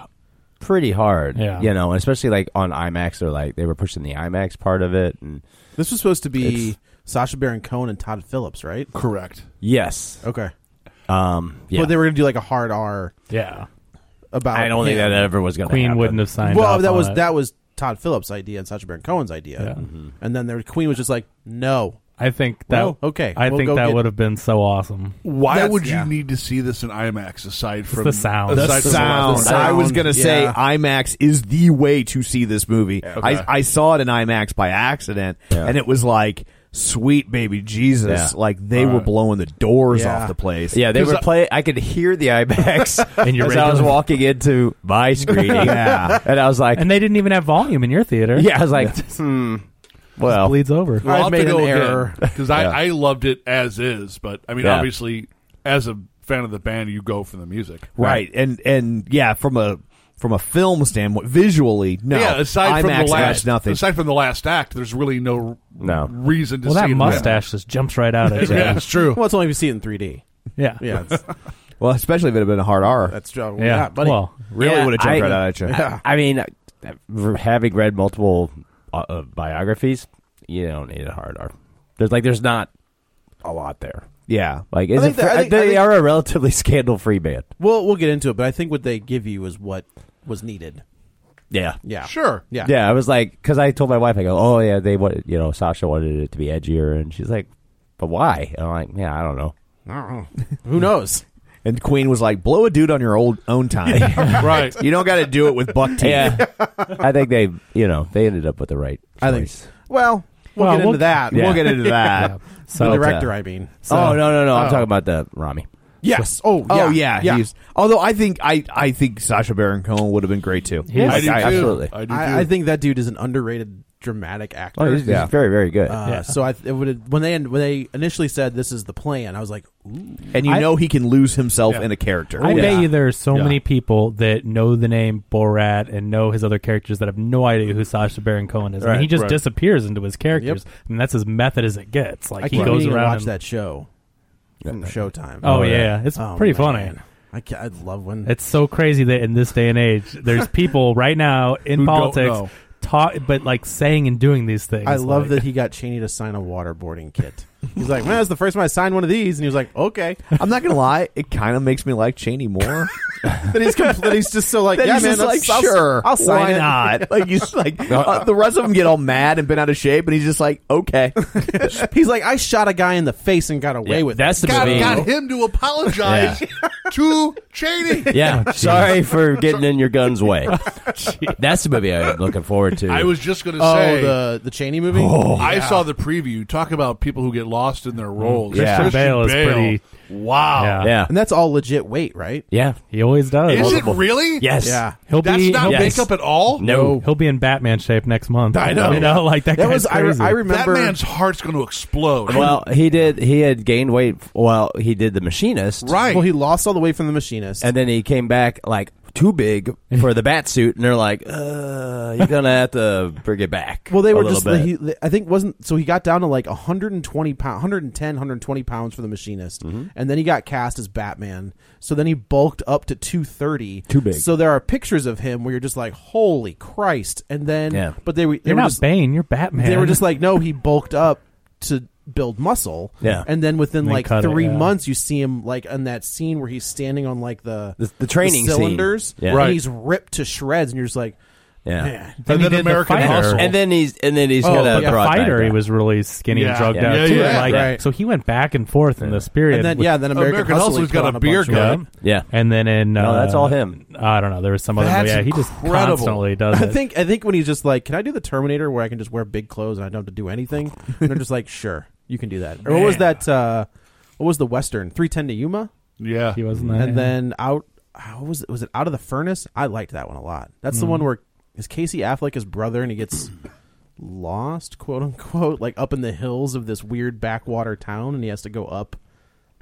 [SPEAKER 6] pretty hard.
[SPEAKER 4] Yeah.
[SPEAKER 6] You know, especially like on IMAX or like they were pushing the IMAX part of it. And
[SPEAKER 3] this was supposed to be
[SPEAKER 6] It's-
[SPEAKER 3] Sasha Baron Cohen and Todd Phillips, right?
[SPEAKER 5] Correct.
[SPEAKER 6] yes.
[SPEAKER 3] Okay,
[SPEAKER 6] Um, yeah.
[SPEAKER 3] but they were going to do like a hard R
[SPEAKER 4] yeah.
[SPEAKER 3] about.
[SPEAKER 6] I don't think
[SPEAKER 3] him.
[SPEAKER 6] that ever was going to
[SPEAKER 4] Queen
[SPEAKER 6] happen.
[SPEAKER 4] wouldn't have signed.
[SPEAKER 3] Well,
[SPEAKER 4] off
[SPEAKER 3] that
[SPEAKER 4] on
[SPEAKER 3] was
[SPEAKER 4] it.
[SPEAKER 3] that was Todd Phillips' idea and Sacha Baron Cohen's idea, Mm-hmm.
[SPEAKER 4] Yeah.
[SPEAKER 3] and then their Queen was just like, "No,
[SPEAKER 4] I think that
[SPEAKER 3] Well, okay,
[SPEAKER 4] I
[SPEAKER 3] we'll
[SPEAKER 4] think
[SPEAKER 3] go
[SPEAKER 4] that
[SPEAKER 3] get-
[SPEAKER 4] would have been so awesome.
[SPEAKER 5] Why
[SPEAKER 3] That's-
[SPEAKER 5] would you
[SPEAKER 3] yeah.
[SPEAKER 5] need to see this in IMAX aside from
[SPEAKER 4] the sound.
[SPEAKER 5] aside
[SPEAKER 4] The
[SPEAKER 5] from
[SPEAKER 3] sound.
[SPEAKER 5] rest of
[SPEAKER 2] I was
[SPEAKER 3] sound,
[SPEAKER 2] gonna say uh,
[SPEAKER 3] yeah.
[SPEAKER 2] IMAX is the way to see this movie.
[SPEAKER 5] Okay.
[SPEAKER 2] I, I saw it in IMAX by accident, and it was like, sweet baby Jesus,
[SPEAKER 6] Yeah.
[SPEAKER 2] like they were blowing the doors
[SPEAKER 3] Yeah.
[SPEAKER 2] off the place.
[SPEAKER 6] Yeah, they
[SPEAKER 5] 'Cause
[SPEAKER 6] were
[SPEAKER 5] I-
[SPEAKER 6] play. I could hear the IMAX
[SPEAKER 4] And your
[SPEAKER 6] as I was
[SPEAKER 4] regular-
[SPEAKER 6] walking into my screening.
[SPEAKER 2] Yeah.
[SPEAKER 6] and I was like,
[SPEAKER 4] And they didn't even have volume in your theater.
[SPEAKER 6] yeah, I was like, hmm. Well,
[SPEAKER 2] Oh.
[SPEAKER 4] bleeds over.
[SPEAKER 5] Well, I'll
[SPEAKER 3] I've
[SPEAKER 5] have
[SPEAKER 3] made
[SPEAKER 5] to
[SPEAKER 3] an
[SPEAKER 5] go
[SPEAKER 3] error."
[SPEAKER 5] because I, I loved it as is. But I mean,
[SPEAKER 6] Yeah.
[SPEAKER 5] obviously, as a fan of the band, you go for the music,
[SPEAKER 2] right. And and yeah, from a from a film standpoint, visually, no.
[SPEAKER 5] yeah. Aside from
[SPEAKER 2] IMAX
[SPEAKER 5] the last,
[SPEAKER 2] adds nothing.
[SPEAKER 5] Aside from the last act, there's really no
[SPEAKER 6] No.
[SPEAKER 5] reason to
[SPEAKER 4] Well,
[SPEAKER 5] see
[SPEAKER 4] that
[SPEAKER 5] it.
[SPEAKER 4] mustache just jumps right out at you.
[SPEAKER 5] Yeah, yeah, it's true.
[SPEAKER 3] well, it's only if you see it in 3D."
[SPEAKER 4] Yeah.
[SPEAKER 3] Yeah, it's,
[SPEAKER 2] well, especially if it had been a hard R,
[SPEAKER 3] that's true.
[SPEAKER 4] Yeah.
[SPEAKER 3] yeah, buddy.
[SPEAKER 4] Well,
[SPEAKER 2] really
[SPEAKER 6] Yeah,
[SPEAKER 2] would have jumped
[SPEAKER 6] I-
[SPEAKER 2] right out at you.
[SPEAKER 6] I mean, uh, having read multiple uh, uh, biographies, you don't need a hard R. There's like, there's not a lot there.
[SPEAKER 2] Yeah,
[SPEAKER 6] Like, is
[SPEAKER 3] think
[SPEAKER 6] it,
[SPEAKER 3] that- I
[SPEAKER 6] fr-
[SPEAKER 3] think- I
[SPEAKER 6] they
[SPEAKER 3] think-
[SPEAKER 6] are a relatively scandal-free band.
[SPEAKER 3] we'll we'll get into it, but I think what they give you is what was needed.
[SPEAKER 6] Yeah,
[SPEAKER 3] Yeah,
[SPEAKER 5] Sure.
[SPEAKER 3] Yeah,
[SPEAKER 6] yeah. I was like, because I told my wife, I go, oh yeah, they want, you know, Sasha wanted it to be edgier, and she's like, but why? And I'm like, yeah, I don't know.
[SPEAKER 3] Who knows?
[SPEAKER 2] and Queen was like, "Blow a dude on your old own time.
[SPEAKER 5] Right.
[SPEAKER 2] you don't got to do it with buck teeth."
[SPEAKER 6] Yeah, I think they, you know, they ended up with the right. Choice.
[SPEAKER 3] I think- Well, we'll
[SPEAKER 4] Well,
[SPEAKER 3] get
[SPEAKER 4] we'll-
[SPEAKER 3] into that.
[SPEAKER 2] We'll
[SPEAKER 6] Yeah.
[SPEAKER 2] get into that.
[SPEAKER 4] So uh,
[SPEAKER 3] the director, I mean.
[SPEAKER 6] oh no, no, no! I'm talking about the Rami.
[SPEAKER 3] Yes. Oh,
[SPEAKER 2] Oh yeah, He's, although I think I I think Sasha Baron Cohen would have been great too.
[SPEAKER 4] He is-
[SPEAKER 5] I do too.
[SPEAKER 6] I- absolutely.
[SPEAKER 5] I do too.
[SPEAKER 3] I, I think that dude is an underrated dramatic actor.
[SPEAKER 6] Oh, he's, he's
[SPEAKER 2] Yeah.
[SPEAKER 6] very, very good.
[SPEAKER 3] Uh,
[SPEAKER 4] Yeah.
[SPEAKER 3] So I it would when they when they initially said this is the plan, I was like, Ooh.
[SPEAKER 2] And you
[SPEAKER 4] I-
[SPEAKER 2] know he can lose himself in a character.
[SPEAKER 4] I
[SPEAKER 2] Oh, Yeah.
[SPEAKER 4] bet you there are so
[SPEAKER 5] Yeah.
[SPEAKER 4] many people that know the name Borat and know his other characters that have no idea who Sasha Baron Cohen is. and he just
[SPEAKER 5] right.
[SPEAKER 4] disappears into his characters, and that's as method as it gets. Like
[SPEAKER 3] I
[SPEAKER 4] he
[SPEAKER 3] can't
[SPEAKER 4] goes
[SPEAKER 3] even
[SPEAKER 4] around.
[SPEAKER 3] watch
[SPEAKER 4] and-
[SPEAKER 3] that show from Showtime.
[SPEAKER 4] Oh, yeah, it's
[SPEAKER 3] Oh,
[SPEAKER 4] pretty
[SPEAKER 3] man.
[SPEAKER 4] funny.
[SPEAKER 3] I, ca- I love when
[SPEAKER 4] It's so crazy that in this day and age, there's people right now in
[SPEAKER 5] Who don't
[SPEAKER 4] politics
[SPEAKER 5] know.
[SPEAKER 4] talk, but like saying and doing these things.
[SPEAKER 3] I love
[SPEAKER 4] like,
[SPEAKER 3] that he got Cheney to sign a waterboarding kit. He's like, man, that's the first time I signed one of these, and he was like, okay.
[SPEAKER 2] I'm not gonna lie, it kind of makes me like Cheney more.
[SPEAKER 3] Then he's compl- then he's just so like,
[SPEAKER 2] Then
[SPEAKER 3] yeah,
[SPEAKER 2] he's
[SPEAKER 3] man,
[SPEAKER 2] just
[SPEAKER 3] that's-
[SPEAKER 2] like,
[SPEAKER 3] I'll,
[SPEAKER 2] sure,
[SPEAKER 3] I'll sign
[SPEAKER 2] why
[SPEAKER 3] it.
[SPEAKER 2] not? Like he's like uh, the rest of them get all mad and been out of shape, and he's just like, okay,
[SPEAKER 3] He's like, I shot a guy in the face and got away with
[SPEAKER 6] That's the
[SPEAKER 5] got,
[SPEAKER 6] movie.
[SPEAKER 5] got him to apologize to Cheney.
[SPEAKER 6] Yeah, sorry for getting in your gun's way. That's the movie I'm looking forward to.
[SPEAKER 5] I was just going to
[SPEAKER 3] it. Oh,
[SPEAKER 5] say.
[SPEAKER 3] the the Cheney movie.
[SPEAKER 4] Oh,
[SPEAKER 5] I saw the preview. Talk about people who get lost in their roles. Christian
[SPEAKER 6] Yeah.
[SPEAKER 4] Christian Bale is pretty-
[SPEAKER 5] Wow.
[SPEAKER 4] Yeah.
[SPEAKER 6] yeah,
[SPEAKER 3] And that's all legit weight, right?
[SPEAKER 6] yeah,
[SPEAKER 4] he always does.
[SPEAKER 5] Is it really?
[SPEAKER 6] yes,
[SPEAKER 3] Yeah.
[SPEAKER 4] He'll
[SPEAKER 5] That's
[SPEAKER 4] be
[SPEAKER 5] not
[SPEAKER 4] he'll,
[SPEAKER 6] Yes.
[SPEAKER 5] makeup at all.
[SPEAKER 6] No,
[SPEAKER 4] he'll be in Batman shape next month.
[SPEAKER 5] I know.
[SPEAKER 4] You know, like that,
[SPEAKER 3] That
[SPEAKER 4] guy's
[SPEAKER 3] was I, re-
[SPEAKER 4] crazy.
[SPEAKER 3] I
[SPEAKER 5] that
[SPEAKER 3] remember.
[SPEAKER 5] man's heart's going to explode.
[SPEAKER 6] well, he did. He had gained weight. Well, he did the machinist,
[SPEAKER 5] right.
[SPEAKER 3] Well, he lost all the weight from the machinist.
[SPEAKER 6] And then he came back like too big for the bat suit, and they're like, uh, "You're gonna have to bring it back."
[SPEAKER 3] Well, they
[SPEAKER 6] a
[SPEAKER 3] were
[SPEAKER 6] little
[SPEAKER 3] just. the-
[SPEAKER 6] bit.
[SPEAKER 3] He, the- I think wasn't so. He got down to like 120 pound, 110, 120 pounds for the machinist,
[SPEAKER 6] Mm-hmm.
[SPEAKER 3] and then he got cast as Batman. So then he bulked up to 230.
[SPEAKER 6] Too big.
[SPEAKER 3] So there are pictures of him where you're just like, "Holy Christ!" And then,
[SPEAKER 6] Yeah.
[SPEAKER 3] but they, were- they
[SPEAKER 4] You're
[SPEAKER 3] were
[SPEAKER 4] not
[SPEAKER 3] just,
[SPEAKER 4] Bane, you're Batman.
[SPEAKER 3] They were just like, no, he bulked up to build muscle.
[SPEAKER 6] Yeah.
[SPEAKER 3] And then within
[SPEAKER 4] They
[SPEAKER 3] like
[SPEAKER 4] cut it,
[SPEAKER 3] three
[SPEAKER 4] yeah.
[SPEAKER 3] months, you see him like in that scene where he's standing on like the
[SPEAKER 6] The- the training scene.
[SPEAKER 3] cylinders,
[SPEAKER 6] Yeah.
[SPEAKER 3] and
[SPEAKER 6] Right.
[SPEAKER 3] he's ripped to shreds, and you're just like,
[SPEAKER 6] yeah.
[SPEAKER 3] man.
[SPEAKER 5] And
[SPEAKER 4] And he
[SPEAKER 5] then
[SPEAKER 4] did the
[SPEAKER 5] American
[SPEAKER 4] fighter.
[SPEAKER 5] Hustle.
[SPEAKER 6] And then he's and then he's
[SPEAKER 4] Oh,
[SPEAKER 6] gonna
[SPEAKER 4] but the
[SPEAKER 6] brought back
[SPEAKER 4] fighter,
[SPEAKER 6] that.
[SPEAKER 4] he was really skinny and
[SPEAKER 5] Yeah.
[SPEAKER 4] drugged
[SPEAKER 5] Yeah,
[SPEAKER 4] out
[SPEAKER 5] yeah,
[SPEAKER 4] too.
[SPEAKER 5] yeah.
[SPEAKER 4] like,
[SPEAKER 3] Right.
[SPEAKER 4] So he went back and forth in this period.
[SPEAKER 3] and then
[SPEAKER 4] with-
[SPEAKER 3] yeah, then American,
[SPEAKER 5] American
[SPEAKER 3] Hustle,
[SPEAKER 5] Hustle,
[SPEAKER 3] he
[SPEAKER 5] he's
[SPEAKER 3] put
[SPEAKER 5] got
[SPEAKER 3] on
[SPEAKER 5] a
[SPEAKER 3] bunch
[SPEAKER 5] beer
[SPEAKER 3] of-
[SPEAKER 5] gut.
[SPEAKER 6] Yeah.
[SPEAKER 4] and then in
[SPEAKER 6] No,
[SPEAKER 4] uh,
[SPEAKER 6] that's all him.
[SPEAKER 4] I don't know. There was some other.
[SPEAKER 5] That's
[SPEAKER 4] yeah, he just
[SPEAKER 5] incredible.
[SPEAKER 4] constantly does
[SPEAKER 3] I
[SPEAKER 4] it.
[SPEAKER 3] think I think when he's just like, can I do the Terminator where I can just wear big clothes and I don't have to do anything? And they're just like, sure, you can do that. Or what was
[SPEAKER 5] Man.
[SPEAKER 3] that? Uh, what was the Western three ten to Yuma?
[SPEAKER 5] Yeah.
[SPEAKER 4] he wasn't that.
[SPEAKER 3] and then out how was it was it out of the furnace i liked that one a lot that's the one where is casey affleck his brother and he gets lost quote unquote like up in the hills of this weird backwater town and he has to go up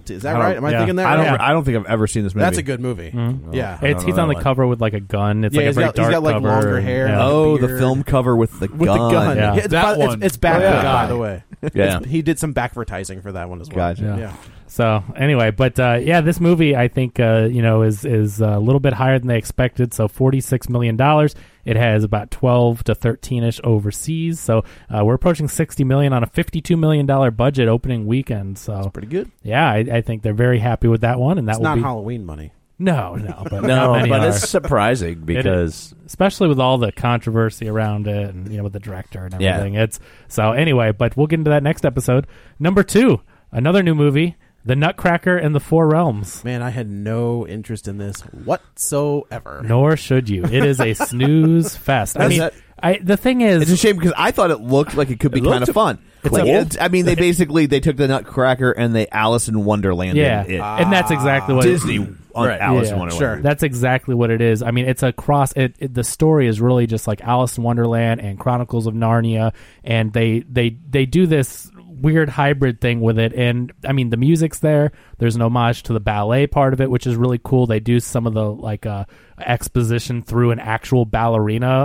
[SPEAKER 3] to, is that
[SPEAKER 2] I don't-
[SPEAKER 3] right am i
[SPEAKER 4] yeah.
[SPEAKER 3] thinking that
[SPEAKER 2] I don't.
[SPEAKER 3] right?
[SPEAKER 2] I don't think I've ever seen this movie.
[SPEAKER 3] that's a good movie yeah
[SPEAKER 4] It's, he's
[SPEAKER 6] know
[SPEAKER 4] on the
[SPEAKER 6] that one.
[SPEAKER 4] cover with like a gun. It's
[SPEAKER 3] Yeah,
[SPEAKER 4] like a
[SPEAKER 3] he's
[SPEAKER 4] very
[SPEAKER 3] got- he's
[SPEAKER 4] dark
[SPEAKER 3] got, like,
[SPEAKER 4] cover.
[SPEAKER 3] longer hair.
[SPEAKER 4] Yeah.
[SPEAKER 3] Oh,
[SPEAKER 2] Oh, the
[SPEAKER 3] Beard.
[SPEAKER 2] film cover with the
[SPEAKER 3] with
[SPEAKER 2] gun.
[SPEAKER 3] the gun
[SPEAKER 4] Yeah.
[SPEAKER 3] Yeah, it's,
[SPEAKER 5] That
[SPEAKER 3] by,
[SPEAKER 5] one.
[SPEAKER 3] it's, it's back
[SPEAKER 6] Yeah.
[SPEAKER 3] by the way
[SPEAKER 6] Yeah.
[SPEAKER 3] he did some back advertising for that one as well
[SPEAKER 2] Gotcha.
[SPEAKER 4] Yeah.
[SPEAKER 3] yeah
[SPEAKER 4] So anyway, but uh, yeah, this movie I think uh, you know is is a little bit higher than they expected. So forty six million dollars. It has about twelve to thirteen ish overseas. So uh, we're approaching sixty million on a fifty two million dollar budget opening weekend. So
[SPEAKER 3] pretty good
[SPEAKER 4] yeah, I, I think they're very happy with that one, and that
[SPEAKER 3] it's
[SPEAKER 4] will
[SPEAKER 3] not
[SPEAKER 4] be
[SPEAKER 3] halloween money
[SPEAKER 4] no, no, but not
[SPEAKER 6] No,
[SPEAKER 4] many
[SPEAKER 6] but
[SPEAKER 4] are.
[SPEAKER 6] it's surprising because
[SPEAKER 4] especially with all the controversy around it and you know with the director and
[SPEAKER 6] Yeah.
[SPEAKER 4] everything it's so anyway but we'll get into that next episode number two another new movie the nutcracker and the four realms
[SPEAKER 3] man i had no interest in this whatsoever
[SPEAKER 4] nor should you it is a snooze fest i
[SPEAKER 2] That's
[SPEAKER 4] mean
[SPEAKER 2] it.
[SPEAKER 4] I, the thing is
[SPEAKER 2] It's a shame because I thought it looked like it could be
[SPEAKER 6] looked
[SPEAKER 2] kind of fun. Like,
[SPEAKER 4] cool.
[SPEAKER 2] it's- I mean, they basically they took the Nutcracker and they Alice in Wonderland.
[SPEAKER 4] yeah
[SPEAKER 2] it.
[SPEAKER 3] Ah.
[SPEAKER 4] and that's exactly what
[SPEAKER 2] Ah. Disney on
[SPEAKER 6] Right.
[SPEAKER 2] Alice
[SPEAKER 4] Yeah.
[SPEAKER 2] in Wonderland.
[SPEAKER 3] Sure.
[SPEAKER 4] That's exactly what it is. I mean, it's a cross. It, it, the story is really just like Alice in Wonderland and Chronicles of Narnia, and they they they do this weird hybrid thing with it. And I mean, the music's there. There's an homage to the ballet part of it, which is really cool. They do some of the like uh, exposition through an actual ballerina,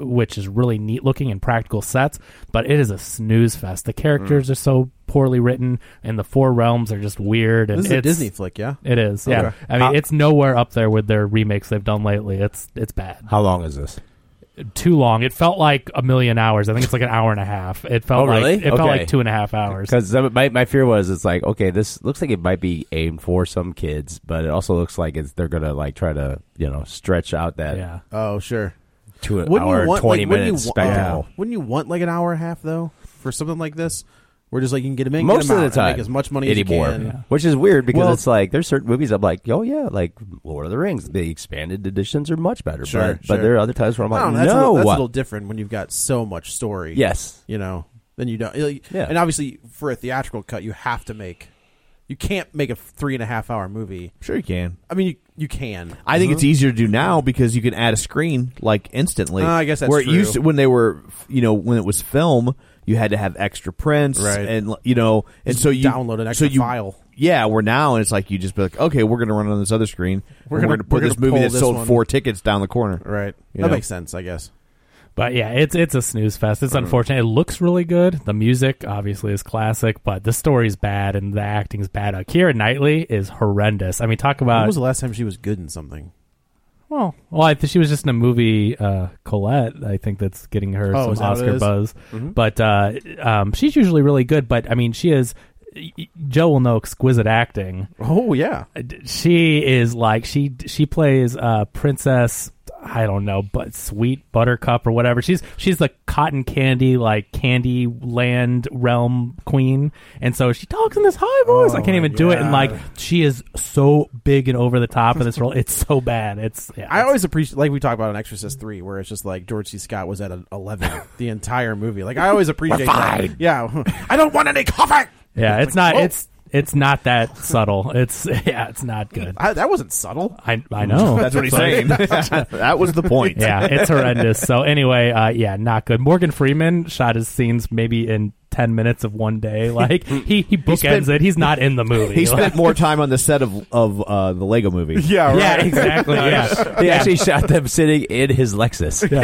[SPEAKER 4] uh, which is really neat looking and practical sets. But it is a snooze fest. The characters
[SPEAKER 2] Mm.
[SPEAKER 4] are so poorly written, and the four realms are just weird. And
[SPEAKER 3] this is a
[SPEAKER 4] it's-
[SPEAKER 3] disney flick yeah
[SPEAKER 4] it is, yeah.
[SPEAKER 3] Okay.
[SPEAKER 4] I mean,
[SPEAKER 6] Uh,
[SPEAKER 4] it's nowhere up there with their remakes they've done lately. It's it's bad,
[SPEAKER 6] how long is this?
[SPEAKER 4] too long. It felt like a million hours. I think it's like an hour and a half. It felt
[SPEAKER 6] Oh, really?
[SPEAKER 4] like it felt
[SPEAKER 6] Okay.
[SPEAKER 4] like two and a half hours.
[SPEAKER 6] Because my my fear was it's like okay, this looks like it might be aimed for some kids, but it also looks like it's they're gonna like try to you know stretch out that
[SPEAKER 4] Yeah,
[SPEAKER 3] oh sure
[SPEAKER 6] to an hour twenty
[SPEAKER 3] wouldn't
[SPEAKER 6] minute
[SPEAKER 3] you, wa- yeah.
[SPEAKER 6] spectacle.
[SPEAKER 3] Wouldn't you want like an hour and a half though for something like this? We're just like you can get them in, get
[SPEAKER 6] Most
[SPEAKER 3] them
[SPEAKER 6] of the
[SPEAKER 3] out, and
[SPEAKER 6] time,
[SPEAKER 3] make as much money
[SPEAKER 6] anymore,
[SPEAKER 3] as you can.
[SPEAKER 6] which is weird because
[SPEAKER 3] Well-
[SPEAKER 6] it's like there's certain movies I'm like, oh yeah, like Lord of the Rings, the expanded editions are much better,
[SPEAKER 3] Sure,
[SPEAKER 6] but,
[SPEAKER 3] sure.
[SPEAKER 6] but there are other times where I'm
[SPEAKER 3] I
[SPEAKER 6] like,
[SPEAKER 3] don't know, that's, a
[SPEAKER 6] no,
[SPEAKER 3] little, that's a little different when you've got so much story.
[SPEAKER 6] yes,
[SPEAKER 3] you know, then you don't. like-
[SPEAKER 6] Yeah.
[SPEAKER 3] And obviously, for a theatrical cut, you have to make. You can't make a three and a half hour movie.
[SPEAKER 2] Sure, you can.
[SPEAKER 3] I mean, you, you can.
[SPEAKER 2] I think
[SPEAKER 4] Mm-hmm.
[SPEAKER 2] it's easier to do now because you can add a screen like instantly.
[SPEAKER 3] Uh, I guess that's
[SPEAKER 2] where it
[SPEAKER 3] true.
[SPEAKER 2] used to, when they were, you know, when it was film, you had to have extra prints,
[SPEAKER 3] Right.
[SPEAKER 2] And you know, and so you
[SPEAKER 3] download an extra
[SPEAKER 2] so you,
[SPEAKER 3] file.
[SPEAKER 2] Yeah, we're now and it's like you just be like, okay, we're gonna run on this other screen.
[SPEAKER 3] We're
[SPEAKER 2] and
[SPEAKER 3] gonna-
[SPEAKER 2] put
[SPEAKER 3] we're
[SPEAKER 2] this
[SPEAKER 3] gonna
[SPEAKER 2] movie
[SPEAKER 3] pull
[SPEAKER 2] that
[SPEAKER 3] this
[SPEAKER 2] sold
[SPEAKER 3] one.
[SPEAKER 2] four tickets down the corner.
[SPEAKER 3] Right.
[SPEAKER 2] You
[SPEAKER 3] that
[SPEAKER 2] know.
[SPEAKER 3] makes sense, I guess.
[SPEAKER 4] but yeah, it's it's a snooze fest.
[SPEAKER 3] Mm.
[SPEAKER 4] It's unfortunate. It looks really good. The music obviously is classic, but the story's bad and the acting's bad. Uh, Keira Knightley is horrendous. I mean, talk
[SPEAKER 3] when
[SPEAKER 4] about
[SPEAKER 3] was the last time she was good in something?
[SPEAKER 4] Well, well, I think she was just in a movie, uh, Colette. I think that's getting her
[SPEAKER 3] Oh, is
[SPEAKER 4] some
[SPEAKER 3] that what it
[SPEAKER 4] Oscar
[SPEAKER 3] is? Mm-hmm.
[SPEAKER 4] buzz. But uh, um, she's usually really good. But I mean, she is. y- y- Joe will know exquisite acting.
[SPEAKER 3] Oh yeah,
[SPEAKER 4] She is like she she plays uh, princess. I don't know, but sweet buttercup or whatever. She's she's the cotton candy like candy land realm queen, and so she talks in this high voice. I can't even do it, and like she is so big and over the top in this role. It's so bad. It's yeah,
[SPEAKER 3] I
[SPEAKER 4] it's-
[SPEAKER 3] always appreciate, like we talk about in Exorcist three, where it's just like George C. Scott was at an eleven the entire movie. Like I always appreciate.
[SPEAKER 6] fine.
[SPEAKER 3] That. Yeah, I don't want any coffee.
[SPEAKER 4] Yeah, it's not.
[SPEAKER 3] whoa.
[SPEAKER 4] It's it's not that subtle. It's yeah, it's not good.
[SPEAKER 3] I, that wasn't subtle.
[SPEAKER 4] I I know.
[SPEAKER 2] That's what he's saying. that was the point.
[SPEAKER 4] yeah, it's horrendous. So anyway, uh, yeah, not good. Morgan Freeman shot his scenes maybe in ten minutes of one day. Like he he bookends it. He's not in the movie.
[SPEAKER 2] He
[SPEAKER 4] Like-
[SPEAKER 2] spent more time on the set of of uh, the Lego Movie.
[SPEAKER 5] Yeah,
[SPEAKER 4] Yeah,
[SPEAKER 5] right.
[SPEAKER 4] exactly. yeah.
[SPEAKER 6] They actually shot them sitting in his Lexus.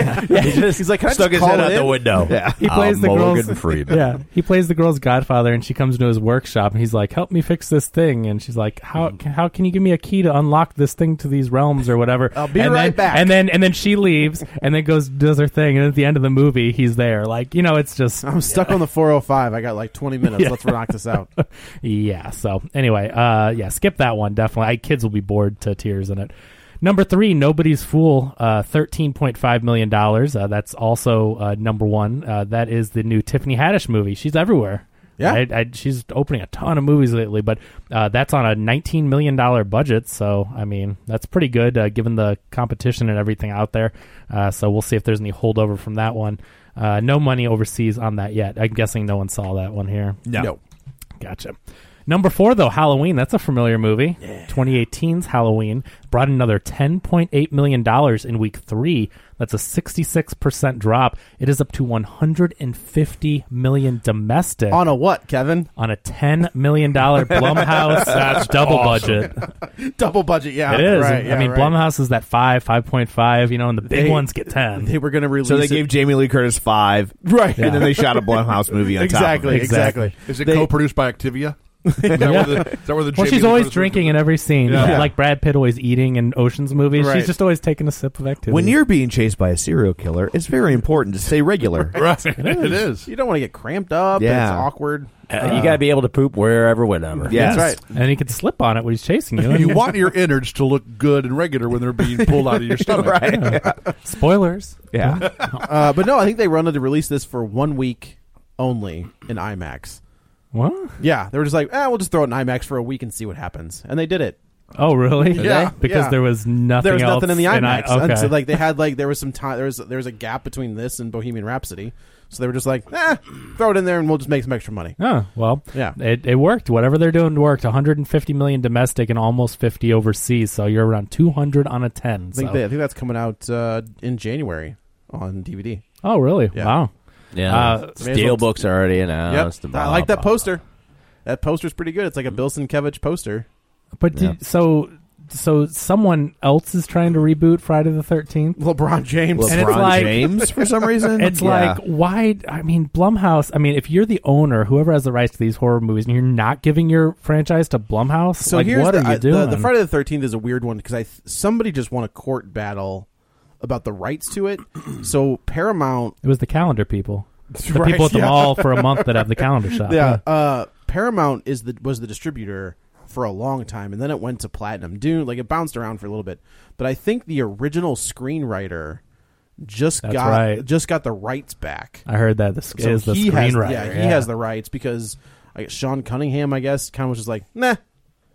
[SPEAKER 6] He just
[SPEAKER 2] He's like, "Can I
[SPEAKER 6] stuck
[SPEAKER 2] just
[SPEAKER 6] his head
[SPEAKER 2] call
[SPEAKER 6] out
[SPEAKER 2] it
[SPEAKER 6] the
[SPEAKER 2] in?"
[SPEAKER 6] window.
[SPEAKER 2] Yeah.
[SPEAKER 4] He plays
[SPEAKER 6] I'm
[SPEAKER 4] the
[SPEAKER 6] Morgan
[SPEAKER 4] girl's-
[SPEAKER 6] Freeman.
[SPEAKER 4] yeah, he plays the girl's godfather, and she comes to his workshop, and he's like, "Help me fix this thing." And she's like, "How
[SPEAKER 2] Hmm.
[SPEAKER 4] ca- how can you give me a key to unlock this thing to these realms or whatever?"
[SPEAKER 2] I'll be
[SPEAKER 4] and
[SPEAKER 2] right
[SPEAKER 4] then,
[SPEAKER 2] back.
[SPEAKER 4] And then and then she leaves, and then goes does her thing, and at the end of the movie, he's there. Like you know, it's just
[SPEAKER 3] I'm stuck on the 405. I got like 20 minutes. Let's knock this out.
[SPEAKER 4] yeah. So anyway, uh, yeah, skip that one definitely. I, kids will be bored to tears in it. Number three, Nobody's Fool, uh, thirteen point five million dollars. Uh, that's also uh, number one. Uh, that is the new Tiffany Haddish movie. She's everywhere.
[SPEAKER 3] Yeah.
[SPEAKER 4] I, I, she's opening a ton of movies lately, but uh, that's on a nineteen million dollar budget. So I mean, that's pretty good uh, given the competition and everything out there. Uh, so we'll see if there's any holdover from that one. Uh, no money overseas on that yet. I'm guessing no one saw that one here.
[SPEAKER 5] no.
[SPEAKER 4] Gotcha. Number four, though, Halloween. That's a familiar movie. 2018's Halloween brought another $10.8 million in week three. That's a 66% drop. It is up to $150 million domestic
[SPEAKER 3] on a what, Kevin?
[SPEAKER 4] on a $10 million Blumhouse double budget.
[SPEAKER 3] Double budget. Yeah,
[SPEAKER 4] It is.
[SPEAKER 3] Right, yeah,
[SPEAKER 4] I mean,
[SPEAKER 3] right.
[SPEAKER 4] Blumhouse is that 5, 5.5, you know, and the big
[SPEAKER 3] They-
[SPEAKER 4] ones get 10.
[SPEAKER 3] They were going to release.
[SPEAKER 2] So they
[SPEAKER 3] it-
[SPEAKER 2] gave Jamie Lee Curtis five,
[SPEAKER 3] Right.
[SPEAKER 2] And then they shot a Blumhouse movie on
[SPEAKER 3] exactly,
[SPEAKER 2] top of it.
[SPEAKER 3] exactly.
[SPEAKER 5] Is it
[SPEAKER 3] They-
[SPEAKER 5] co-produced by Activia? Is that, where the, is that where the
[SPEAKER 4] Well,
[SPEAKER 5] Jamie
[SPEAKER 4] she's
[SPEAKER 5] Lee
[SPEAKER 4] always
[SPEAKER 5] Curtis-
[SPEAKER 4] drinking in every scene,
[SPEAKER 5] Yeah.
[SPEAKER 4] like Brad Pitt always eating in Ocean's movies.
[SPEAKER 3] Right.
[SPEAKER 4] She's just always taking a sip of activity.
[SPEAKER 2] When you're being chased by a serial killer, it's very important to stay regular.
[SPEAKER 5] Right. It is.
[SPEAKER 3] You don't want to get cramped up. and
[SPEAKER 2] Yeah.
[SPEAKER 3] it's awkward.
[SPEAKER 6] Uh, you got to be able to poop wherever, whenever.
[SPEAKER 2] Yeah.
[SPEAKER 3] That's right.
[SPEAKER 4] and he could slip on it when he's chasing you.
[SPEAKER 5] You want your innards to look good and regular when they're being pulled out of your stomach.
[SPEAKER 2] right.
[SPEAKER 4] Spoilers.
[SPEAKER 2] Yeah.
[SPEAKER 3] Uh, but no, I think they wanted to release this for one week only in IMAX.
[SPEAKER 4] What?
[SPEAKER 3] Yeah, they were just like, ah, we'll just throw it in IMAX for a week and see what happens, and they did it.
[SPEAKER 4] Oh, really?
[SPEAKER 3] Yeah,
[SPEAKER 4] Because
[SPEAKER 3] yeah.
[SPEAKER 4] there was nothing.
[SPEAKER 3] there was
[SPEAKER 4] else
[SPEAKER 3] nothing in the
[SPEAKER 4] I-
[SPEAKER 3] IMAX.
[SPEAKER 4] okay.
[SPEAKER 3] And so, like they had like there was some time there was there was a gap between this and Bohemian Rhapsody, so they were just like, eh, throw it in there and we'll just make some extra money.
[SPEAKER 4] Oh well,
[SPEAKER 3] Yeah.
[SPEAKER 4] It, it worked. Whatever they're doing worked. 150 million domestic and almost 50 overseas. So you're around 200 on a 10.
[SPEAKER 3] I think
[SPEAKER 4] so-
[SPEAKER 3] they, I think that's coming out uh, in January on DVD.
[SPEAKER 4] oh really?
[SPEAKER 3] Yeah.
[SPEAKER 4] Wow.
[SPEAKER 6] Yeah.
[SPEAKER 4] Uh,
[SPEAKER 6] Steelbook's already
[SPEAKER 2] Uh,
[SPEAKER 3] Yep,
[SPEAKER 6] announced.
[SPEAKER 3] I like that poster. That poster's pretty good. It's like a Bill Sienkiewicz poster.
[SPEAKER 4] But do-
[SPEAKER 6] Yeah.
[SPEAKER 4] so so someone else is trying to reboot Friday the 13th.
[SPEAKER 3] LeBron James.
[SPEAKER 4] And it's like-
[SPEAKER 2] James for some reason.
[SPEAKER 4] It's like why? I mean, Blumhouse. I mean, if you're the owner, whoever has the rights to these horror movies, and you're not giving your franchise to Blumhouse,
[SPEAKER 3] So
[SPEAKER 4] like,
[SPEAKER 3] here's
[SPEAKER 4] what
[SPEAKER 3] the,
[SPEAKER 4] are you
[SPEAKER 3] I- the-
[SPEAKER 4] doing?
[SPEAKER 3] the Friday the Thirteenth is a weird one because I th- somebody just won a court battle about the rights to it. so Paramount,
[SPEAKER 4] It was the calendar people. The
[SPEAKER 3] Right,
[SPEAKER 4] people at the
[SPEAKER 3] yeah.
[SPEAKER 4] mall for a month that have the calendar shop.
[SPEAKER 3] yeah, uh, Paramount is the was the distributor for a long time, and then it went to Platinum Dune. Like it bounced around for a little bit, but I think the original screenwriter just
[SPEAKER 4] That's
[SPEAKER 3] got
[SPEAKER 4] right.
[SPEAKER 3] just got the rights back.
[SPEAKER 4] I heard that this
[SPEAKER 3] So
[SPEAKER 4] is the
[SPEAKER 3] he has,
[SPEAKER 4] screenwriter.
[SPEAKER 3] yeah, he has the rights because I guess Sean Cunningham, I guess, kind of was just like, nah,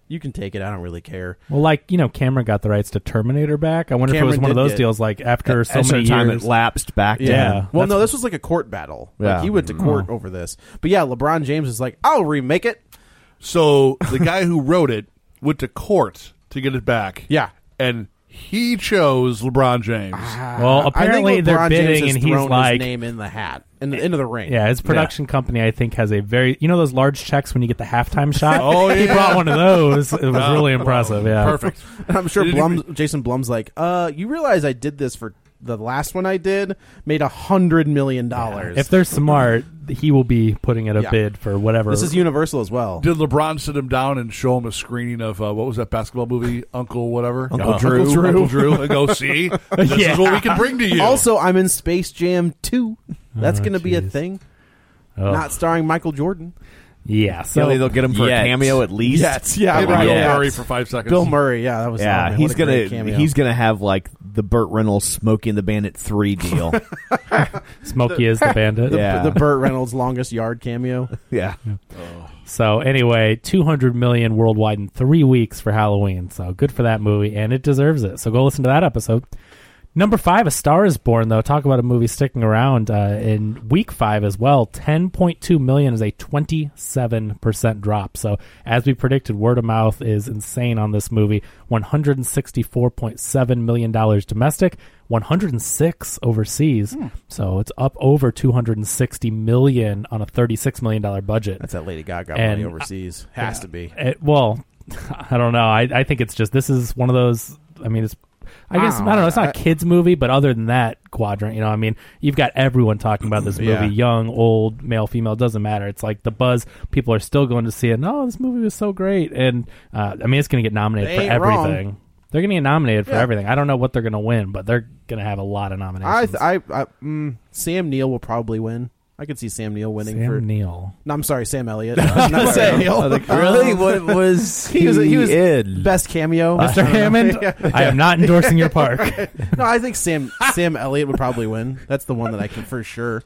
[SPEAKER 3] you can take it. I don't really care.
[SPEAKER 4] Well, like you know, Cameron got the rights to Terminator back. I wonder if it was
[SPEAKER 3] Cameron
[SPEAKER 4] one of
[SPEAKER 3] did
[SPEAKER 4] those
[SPEAKER 3] get-
[SPEAKER 4] deals. Like after so
[SPEAKER 2] a certain
[SPEAKER 4] many
[SPEAKER 2] time
[SPEAKER 4] years,
[SPEAKER 2] it lapsed back. to him.
[SPEAKER 4] Yeah.
[SPEAKER 3] Well,
[SPEAKER 4] That's-
[SPEAKER 3] no, this was like a court battle. Like,
[SPEAKER 2] Yeah.
[SPEAKER 3] he went to court
[SPEAKER 4] Mm-hmm.
[SPEAKER 3] over this. But yeah, LeBron James is like, I'll remake it.
[SPEAKER 5] So the guy who wrote it went to court to get it back.
[SPEAKER 3] Yeah.
[SPEAKER 5] And he chose LeBron James.
[SPEAKER 4] well, apparently
[SPEAKER 3] I think LeBron
[SPEAKER 4] they're bidding,
[SPEAKER 3] James has
[SPEAKER 4] and he's
[SPEAKER 3] thrown
[SPEAKER 4] like, eh,
[SPEAKER 3] his name in the hat and into the ring.
[SPEAKER 4] yeah, his production company I think has a very you know those large checks when you get the halftime shot.
[SPEAKER 5] Oh,
[SPEAKER 4] he
[SPEAKER 5] yeah.
[SPEAKER 4] brought one of those. It was really impressive. Yeah,
[SPEAKER 5] Perfect.
[SPEAKER 3] And I'm sure
[SPEAKER 5] Did
[SPEAKER 3] Blum, Jason Blum's like, uh, you realize I did this for the last one I did made a hundred million dollars.
[SPEAKER 4] If they're smart, he will be putting in a
[SPEAKER 3] Yeah.
[SPEAKER 4] bid for whatever.
[SPEAKER 3] this is Universal as well.
[SPEAKER 5] Did LeBron sit him down and show him a screening of uh, what was that basketball movie? Uncle whatever,
[SPEAKER 2] Uncle
[SPEAKER 5] Uh,
[SPEAKER 2] Drew.
[SPEAKER 5] Uncle Drew, Uncle Drew, and go see. This
[SPEAKER 4] Yeah.
[SPEAKER 5] is what we can bring to you.
[SPEAKER 3] Also, I'm in Space Jam 2. That's
[SPEAKER 4] Oh,
[SPEAKER 3] going to be a
[SPEAKER 4] jeez.
[SPEAKER 3] thing.
[SPEAKER 4] Oh.
[SPEAKER 3] Not starring Michael Jordan.
[SPEAKER 4] yeah.
[SPEAKER 2] Yeah,
[SPEAKER 4] So
[SPEAKER 2] they'll get him for
[SPEAKER 6] Yet.
[SPEAKER 2] a cameo at least.
[SPEAKER 3] yeah,
[SPEAKER 5] Maybe
[SPEAKER 2] right.
[SPEAKER 5] Bill
[SPEAKER 2] Yeah.
[SPEAKER 5] Murray for five seconds.
[SPEAKER 3] Bill Murray, yeah, that was oh,
[SPEAKER 2] Yeah,
[SPEAKER 3] man,
[SPEAKER 2] he's
[SPEAKER 3] what a great
[SPEAKER 2] gonna
[SPEAKER 3] cameo.
[SPEAKER 2] he's gonna have like the Burt Reynolds smoking the Bandit three deal.
[SPEAKER 4] Smokey is the bandit.
[SPEAKER 3] the,
[SPEAKER 2] yeah.
[SPEAKER 3] the Burt Reynolds longest yard cameo.
[SPEAKER 2] yeah,
[SPEAKER 4] So anyway, 200 million worldwide in three weeks for Halloween. So good for that movie, and it deserves it. So go listen to that episode. Number five, A Star Is Born. Though, talk about a movie sticking around uh, in week five as well. Ten point two million is a twenty-seven percent drop. So, as we predicted, word of mouth is insane on this movie. One hundred and sixty-four point seven million dollars domestic, one hundred and six overseas. So it's up over two hundred and sixty million on a thirty-six million dollar budget.
[SPEAKER 3] That's that Lady Gaga
[SPEAKER 4] And-
[SPEAKER 3] money overseas. Has to be.
[SPEAKER 4] It, Eh, well, I don't know. I, I think it's just this is one of those. I mean, it's. I guess I don't know. It's
[SPEAKER 3] Oh,
[SPEAKER 4] not a kids movie, but other than that quadrant, you know, I mean, you've got everyone talking about this movie,
[SPEAKER 3] Yeah.
[SPEAKER 4] young, old, male, female, doesn't matter. It's like the buzz. People are still going to see it. No, this movie was so great, and uh, I mean, it's going to get nominated
[SPEAKER 3] They
[SPEAKER 4] for
[SPEAKER 3] ain't wrong.
[SPEAKER 4] everything. They're going to get nominated for
[SPEAKER 3] Yeah.
[SPEAKER 4] everything. I don't know what they're going to win, but they're going to have a lot of
[SPEAKER 3] I,
[SPEAKER 4] nominations.
[SPEAKER 3] th- I, I mm, Sam Neill will probably win. I could see Sam Neill winning
[SPEAKER 4] Sam
[SPEAKER 3] for.
[SPEAKER 4] Neill.
[SPEAKER 3] no, I'm sorry, Sam Elliott. Not Sam Neill. Um,
[SPEAKER 6] really? What was he,
[SPEAKER 3] He was, he was
[SPEAKER 6] in?
[SPEAKER 3] best cameo.
[SPEAKER 4] Mr. Hammond, I am not endorsing your park.
[SPEAKER 3] no, I think Sam Sam Elliott would probably win. That's the one that I can for sure.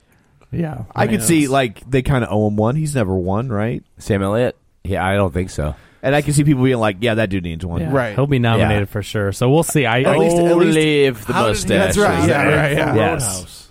[SPEAKER 4] yeah.
[SPEAKER 2] I could see like they kind of owe him one. He's never won, right?
[SPEAKER 6] Sam Elliott? Yeah, I don't think so.
[SPEAKER 2] And I can see people being like, "Yeah, that dude needs one."
[SPEAKER 4] Yeah,
[SPEAKER 3] Right.
[SPEAKER 4] He'll be nominated
[SPEAKER 6] Yeah.
[SPEAKER 4] for sure. So we'll see. I
[SPEAKER 3] At least- at least-
[SPEAKER 6] if the
[SPEAKER 5] How did he-
[SPEAKER 6] mustache.
[SPEAKER 5] that's right,
[SPEAKER 6] is
[SPEAKER 3] yeah,
[SPEAKER 6] there.
[SPEAKER 3] right, yeah.
[SPEAKER 6] Yes.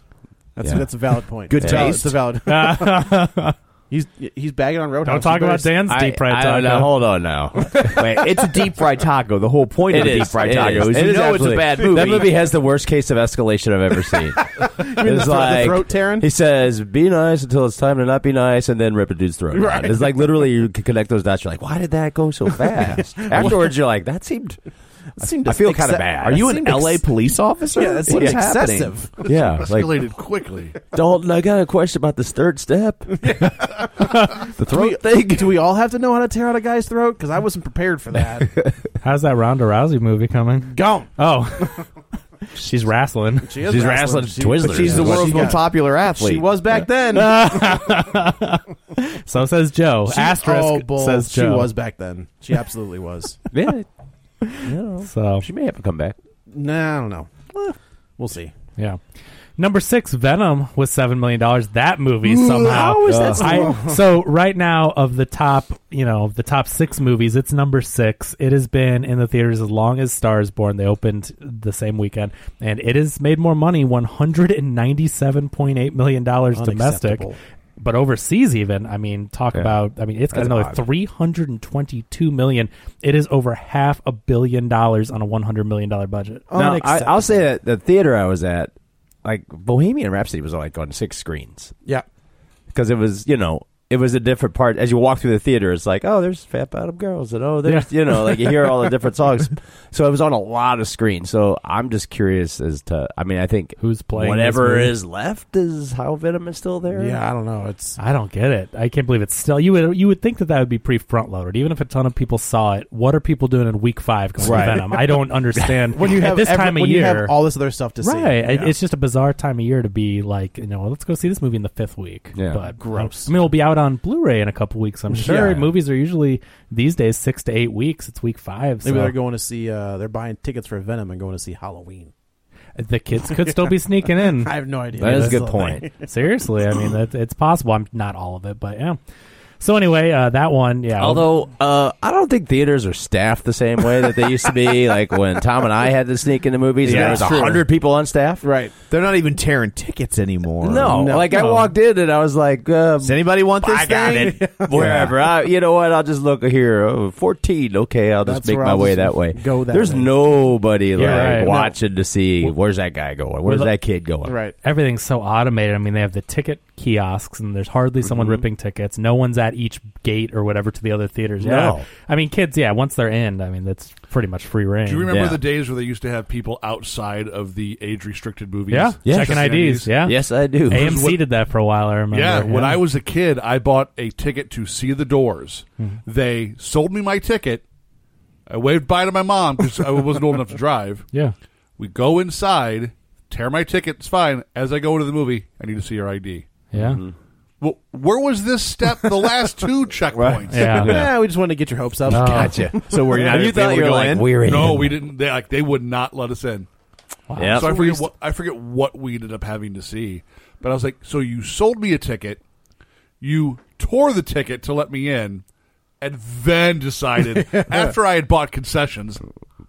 [SPEAKER 3] That's
[SPEAKER 6] Yeah.
[SPEAKER 3] that's a valid point.
[SPEAKER 2] Good
[SPEAKER 3] It's a valid-
[SPEAKER 2] taste.
[SPEAKER 3] It's a valid. he's he's bagging on Roadhouse.
[SPEAKER 4] don't talk
[SPEAKER 3] Who
[SPEAKER 4] about
[SPEAKER 3] cares?
[SPEAKER 4] Dan's deep fried
[SPEAKER 6] don't know.
[SPEAKER 4] taco.
[SPEAKER 6] Hold on now.
[SPEAKER 2] Wait, it's a deep fried taco. The whole point of
[SPEAKER 6] It
[SPEAKER 2] a
[SPEAKER 6] is.
[SPEAKER 2] deep fried
[SPEAKER 6] it
[SPEAKER 2] taco
[SPEAKER 6] is.
[SPEAKER 2] is,
[SPEAKER 6] It
[SPEAKER 2] you
[SPEAKER 6] is
[SPEAKER 2] know
[SPEAKER 6] absolutely-
[SPEAKER 2] it's a bad movie.
[SPEAKER 6] That movie has the worst case of escalation I've ever seen. it's
[SPEAKER 3] the thro- the
[SPEAKER 6] like
[SPEAKER 3] throat tearing?
[SPEAKER 6] He says, "Be nice until it's time to not be nice," and then rip a dude's throat. out. It's like literally you can connect those dots. You're like, "Why did that go so fast?" Afterwards, you're like, "That seemed."
[SPEAKER 3] That seemed
[SPEAKER 6] I feel
[SPEAKER 3] exce-
[SPEAKER 6] kind of bad.
[SPEAKER 2] Are you
[SPEAKER 3] That
[SPEAKER 2] an
[SPEAKER 3] seemed ex-
[SPEAKER 2] LA police officer?
[SPEAKER 3] Yeah, that
[SPEAKER 2] What
[SPEAKER 3] seems
[SPEAKER 2] is happening?
[SPEAKER 3] excessive.
[SPEAKER 6] Yeah, like
[SPEAKER 5] Escalated quickly.
[SPEAKER 6] don't. I got a question about this third step. the throat
[SPEAKER 3] Do we,
[SPEAKER 6] thing.
[SPEAKER 3] do we all have to know how to tear out a guy's throat? Because I wasn't prepared for that.
[SPEAKER 4] How's that Ronda Rousey movie coming?
[SPEAKER 3] Gone.
[SPEAKER 4] Oh, she's wrestling.
[SPEAKER 3] She is
[SPEAKER 6] She's wrestling Twizzlers.
[SPEAKER 2] But she's the
[SPEAKER 6] That's what
[SPEAKER 2] world's
[SPEAKER 6] she
[SPEAKER 2] most
[SPEAKER 6] got.
[SPEAKER 2] popular athlete.
[SPEAKER 3] She was back then.
[SPEAKER 4] So says Joe.
[SPEAKER 3] She- oh,
[SPEAKER 4] Asterisk
[SPEAKER 3] bull.
[SPEAKER 4] says
[SPEAKER 3] she
[SPEAKER 4] Joe.
[SPEAKER 3] was back then. She absolutely was.
[SPEAKER 6] Yeah,
[SPEAKER 4] So
[SPEAKER 6] she may have to come back.
[SPEAKER 3] nah, I don't know. We'll see.
[SPEAKER 4] yeah. Number six, Venom was seven million dollars. That movie somehow.
[SPEAKER 3] how is that so
[SPEAKER 4] I-
[SPEAKER 3] low?
[SPEAKER 4] so right now of the top, you know, the top six movies, it's number six. It has been in the theaters as long as Stars Born. They opened the same weekend, and it has made more money one hundred and ninety-seven point eight million dollars domestic.
[SPEAKER 3] Unacceptable.
[SPEAKER 4] But overseas, even I mean, talk about I mean, it's got
[SPEAKER 6] That's
[SPEAKER 4] another
[SPEAKER 6] odd.
[SPEAKER 4] three hundred and twenty-two million. It is over half a billion dollars on a one hundred million dollar budget.
[SPEAKER 6] No, I, I'll say that the theater I was at, like Bohemian Rhapsody, was like on six screens
[SPEAKER 3] Yeah.
[SPEAKER 6] because it was you know it was a different part. As you walk through the theater, it's like oh, there's Fat Bottom Girls, and oh, there's you know like you hear all the different songs. so it was on a lot of screens. So I'm just curious as to I mean I think
[SPEAKER 4] Who's playing
[SPEAKER 6] whatever
[SPEAKER 4] this movie?
[SPEAKER 6] is left is how Venom is still there.
[SPEAKER 3] Yeah, I don't know. It's
[SPEAKER 4] I don't get it. I can't believe it's still. You would you would think that that would be pre front loaded, even if a ton of people saw it. What are people doing in week five going
[SPEAKER 6] Right.
[SPEAKER 4] to Venom? I don't understand.
[SPEAKER 3] when you
[SPEAKER 4] At
[SPEAKER 3] have
[SPEAKER 4] this
[SPEAKER 3] every-
[SPEAKER 4] time of
[SPEAKER 3] when
[SPEAKER 4] year,
[SPEAKER 3] you have all this other stuff to see.
[SPEAKER 4] right? it-
[SPEAKER 3] Yeah.
[SPEAKER 4] It's just a bizarre time of year to be like, you know, let's go see this movie in the fifth week.
[SPEAKER 6] Yeah.
[SPEAKER 4] but,
[SPEAKER 3] Gross.
[SPEAKER 4] I mean, it'll be out on Blu-ray in a couple weeks. I'm sure
[SPEAKER 6] Yeah.
[SPEAKER 4] movies are usually these days six to eight weeks. It's week five.
[SPEAKER 3] Maybe
[SPEAKER 4] so
[SPEAKER 3] they're going to see. Uh, they're buying tickets for Venom and going to see Halloween.
[SPEAKER 4] the kids could still be sneaking in.
[SPEAKER 3] I have no idea.
[SPEAKER 6] that is a
[SPEAKER 3] That's
[SPEAKER 6] good
[SPEAKER 3] the
[SPEAKER 6] point.
[SPEAKER 3] thing.
[SPEAKER 4] Seriously, I mean, that, it's possible. I'm not all of it, but yeah. So anyway, uh, that one, yeah.
[SPEAKER 6] Although uh, I don't think theaters are staffed the same way that they used to be. like when Tom and I had to sneak into movies,
[SPEAKER 4] Yeah,
[SPEAKER 6] and there was
[SPEAKER 4] that's true.
[SPEAKER 6] hundred people on staff.
[SPEAKER 3] Right.
[SPEAKER 2] They're not even tearing tickets anymore.
[SPEAKER 6] No, like I
[SPEAKER 4] No.
[SPEAKER 6] walked in and I was like, uh,
[SPEAKER 2] Does anybody want this
[SPEAKER 6] I got
[SPEAKER 2] thing?
[SPEAKER 6] it. Wherever, I, you know what? I'll just look here. Oh, Fourteen, okay. I'll just
[SPEAKER 3] That's
[SPEAKER 6] make
[SPEAKER 3] where
[SPEAKER 6] my
[SPEAKER 3] I'll
[SPEAKER 6] way
[SPEAKER 3] just
[SPEAKER 6] that way.
[SPEAKER 3] go that
[SPEAKER 6] There's
[SPEAKER 3] way.
[SPEAKER 6] nobody like
[SPEAKER 4] right. No.
[SPEAKER 6] watching to see where's that guy going, where's
[SPEAKER 4] Well,
[SPEAKER 6] that kid going.
[SPEAKER 3] Right.
[SPEAKER 4] everything's so automated. I mean, they have the ticket kiosks, and there's hardly
[SPEAKER 6] Mm-hmm.
[SPEAKER 4] someone ripping tickets. No one's at each gate or whatever to the other theaters.
[SPEAKER 6] No.
[SPEAKER 4] Yeah, I mean, kids. Yeah, once they're in, I mean, that's pretty much free reign.
[SPEAKER 5] Do you remember
[SPEAKER 6] Yeah.
[SPEAKER 5] the days where they used to have people outside of the age restricted movies?
[SPEAKER 4] yeah, checking IDs. Yeah,
[SPEAKER 6] Yes, I do.
[SPEAKER 4] AMC
[SPEAKER 5] what-
[SPEAKER 4] did that for a while. I remember.
[SPEAKER 5] Yeah, when I was a kid, I bought a ticket to see the Doors. They sold me my ticket. I waved bye to my mom because I wasn't old enough to drive.
[SPEAKER 4] yeah.
[SPEAKER 5] We go inside, tear my ticket. It's fine. As I go into the movie, I need to see your ID.
[SPEAKER 4] Yeah,
[SPEAKER 6] Mm-hmm.
[SPEAKER 5] Well, where was this step? The last two checkpoints.
[SPEAKER 4] yeah,
[SPEAKER 3] Yeah, we just wanted to get your hopes up.
[SPEAKER 4] Oh.
[SPEAKER 6] Gotcha.
[SPEAKER 2] So we're not
[SPEAKER 6] you
[SPEAKER 2] even able
[SPEAKER 6] thought
[SPEAKER 2] to
[SPEAKER 6] you were
[SPEAKER 2] go
[SPEAKER 6] like
[SPEAKER 2] in?
[SPEAKER 6] we're in.
[SPEAKER 5] No, we didn't. They like they would not let us in.
[SPEAKER 6] Yep.
[SPEAKER 5] So I forget what I forget what we ended up having to see. But I was like, so you sold me a ticket, you tore the ticket to let me in, and then decided after I had bought concessions,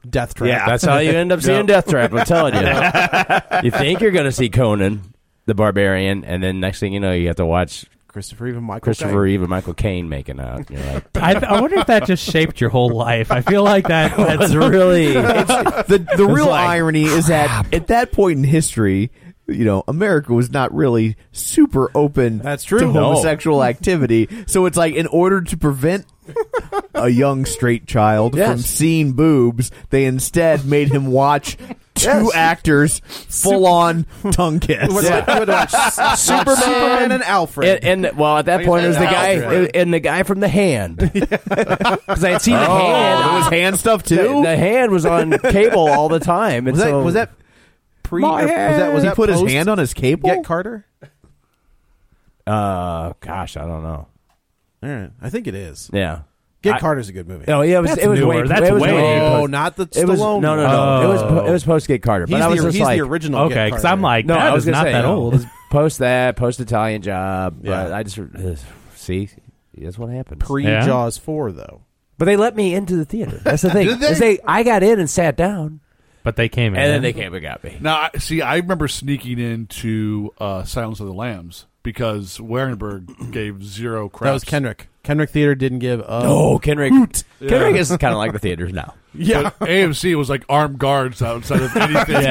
[SPEAKER 3] Death Trap.
[SPEAKER 6] Yeah, that's how you end up seeing Death Trap. I'm telling you. you think you're going to see Conan the Barbarian, and then next thing you know, you have to watch
[SPEAKER 3] Christopher even Michael.
[SPEAKER 6] Christopher
[SPEAKER 3] Caine.
[SPEAKER 6] Reeve and Michael Caine making out. You're like,
[SPEAKER 4] I, I wonder if that just shaped your whole life. I feel like that. That's
[SPEAKER 6] that's really.
[SPEAKER 2] the the real
[SPEAKER 6] like,
[SPEAKER 2] irony is that at that point in history, you know, America was not really super open
[SPEAKER 6] That's true.
[SPEAKER 2] to
[SPEAKER 6] No.
[SPEAKER 2] homosexual activity. So it's like in order to prevent a young straight child from
[SPEAKER 6] Yes.
[SPEAKER 2] seeing boobs, they instead made him watch two actors full on tongue kiss.
[SPEAKER 3] Superman, Superman and Alfred.
[SPEAKER 6] And, and well, at that point, it was the guy
[SPEAKER 3] Alfred.
[SPEAKER 6] and the guy from the hand because I had seen the hand.
[SPEAKER 2] Oh, it was hand stuff
[SPEAKER 6] the,
[SPEAKER 2] too.
[SPEAKER 6] the hand was on cable all the time. And
[SPEAKER 2] was that
[SPEAKER 6] so,
[SPEAKER 2] was that pre?
[SPEAKER 6] My
[SPEAKER 2] or was that was
[SPEAKER 6] hand.
[SPEAKER 2] that put his
[SPEAKER 6] Post-
[SPEAKER 2] hand on his cable?
[SPEAKER 3] Get Carter.
[SPEAKER 6] Uh, gosh, I don't know.
[SPEAKER 3] All right, I think it is.
[SPEAKER 6] Yeah.
[SPEAKER 3] Get
[SPEAKER 6] I-
[SPEAKER 3] Carter's a good movie.
[SPEAKER 6] No, yeah, it was.
[SPEAKER 4] That's
[SPEAKER 6] it was
[SPEAKER 4] newer.
[SPEAKER 6] way.
[SPEAKER 4] That's
[SPEAKER 6] it was
[SPEAKER 4] way
[SPEAKER 6] post-
[SPEAKER 3] Oh, not the
[SPEAKER 6] It
[SPEAKER 3] Stallone.
[SPEAKER 6] was no, no, no.
[SPEAKER 4] one.
[SPEAKER 6] It was po-
[SPEAKER 4] Oh.
[SPEAKER 6] it was post Get Carter,
[SPEAKER 3] He's,
[SPEAKER 6] but I was
[SPEAKER 3] the,
[SPEAKER 6] just
[SPEAKER 3] he's
[SPEAKER 6] like
[SPEAKER 3] the original.
[SPEAKER 4] okay,
[SPEAKER 3] because
[SPEAKER 4] because I'm like,
[SPEAKER 6] no,
[SPEAKER 4] that
[SPEAKER 6] I was
[SPEAKER 4] is
[SPEAKER 6] gonna
[SPEAKER 4] not
[SPEAKER 6] say,
[SPEAKER 4] that
[SPEAKER 6] no,
[SPEAKER 4] old.
[SPEAKER 6] it's Post that, post Italian job. But
[SPEAKER 3] Yeah.
[SPEAKER 6] I just ugh, see that's what happens.
[SPEAKER 3] pre
[SPEAKER 4] Yeah.
[SPEAKER 3] Jaws four though.
[SPEAKER 6] but they let me into the theater. That's the thing. is they? I got in and sat down,
[SPEAKER 4] But they came in.
[SPEAKER 6] and then they came and got me.
[SPEAKER 5] Now, I- see, I remember sneaking into uh, Silence of the Lambs because Warenberg gave zero crap.
[SPEAKER 3] That was Kendrick. Kendrick Theater didn't give. a
[SPEAKER 6] Oh, Kendrick. Kendrick is kind of like the theaters now.
[SPEAKER 3] yeah.
[SPEAKER 5] AMC was like armed guards outside of anything,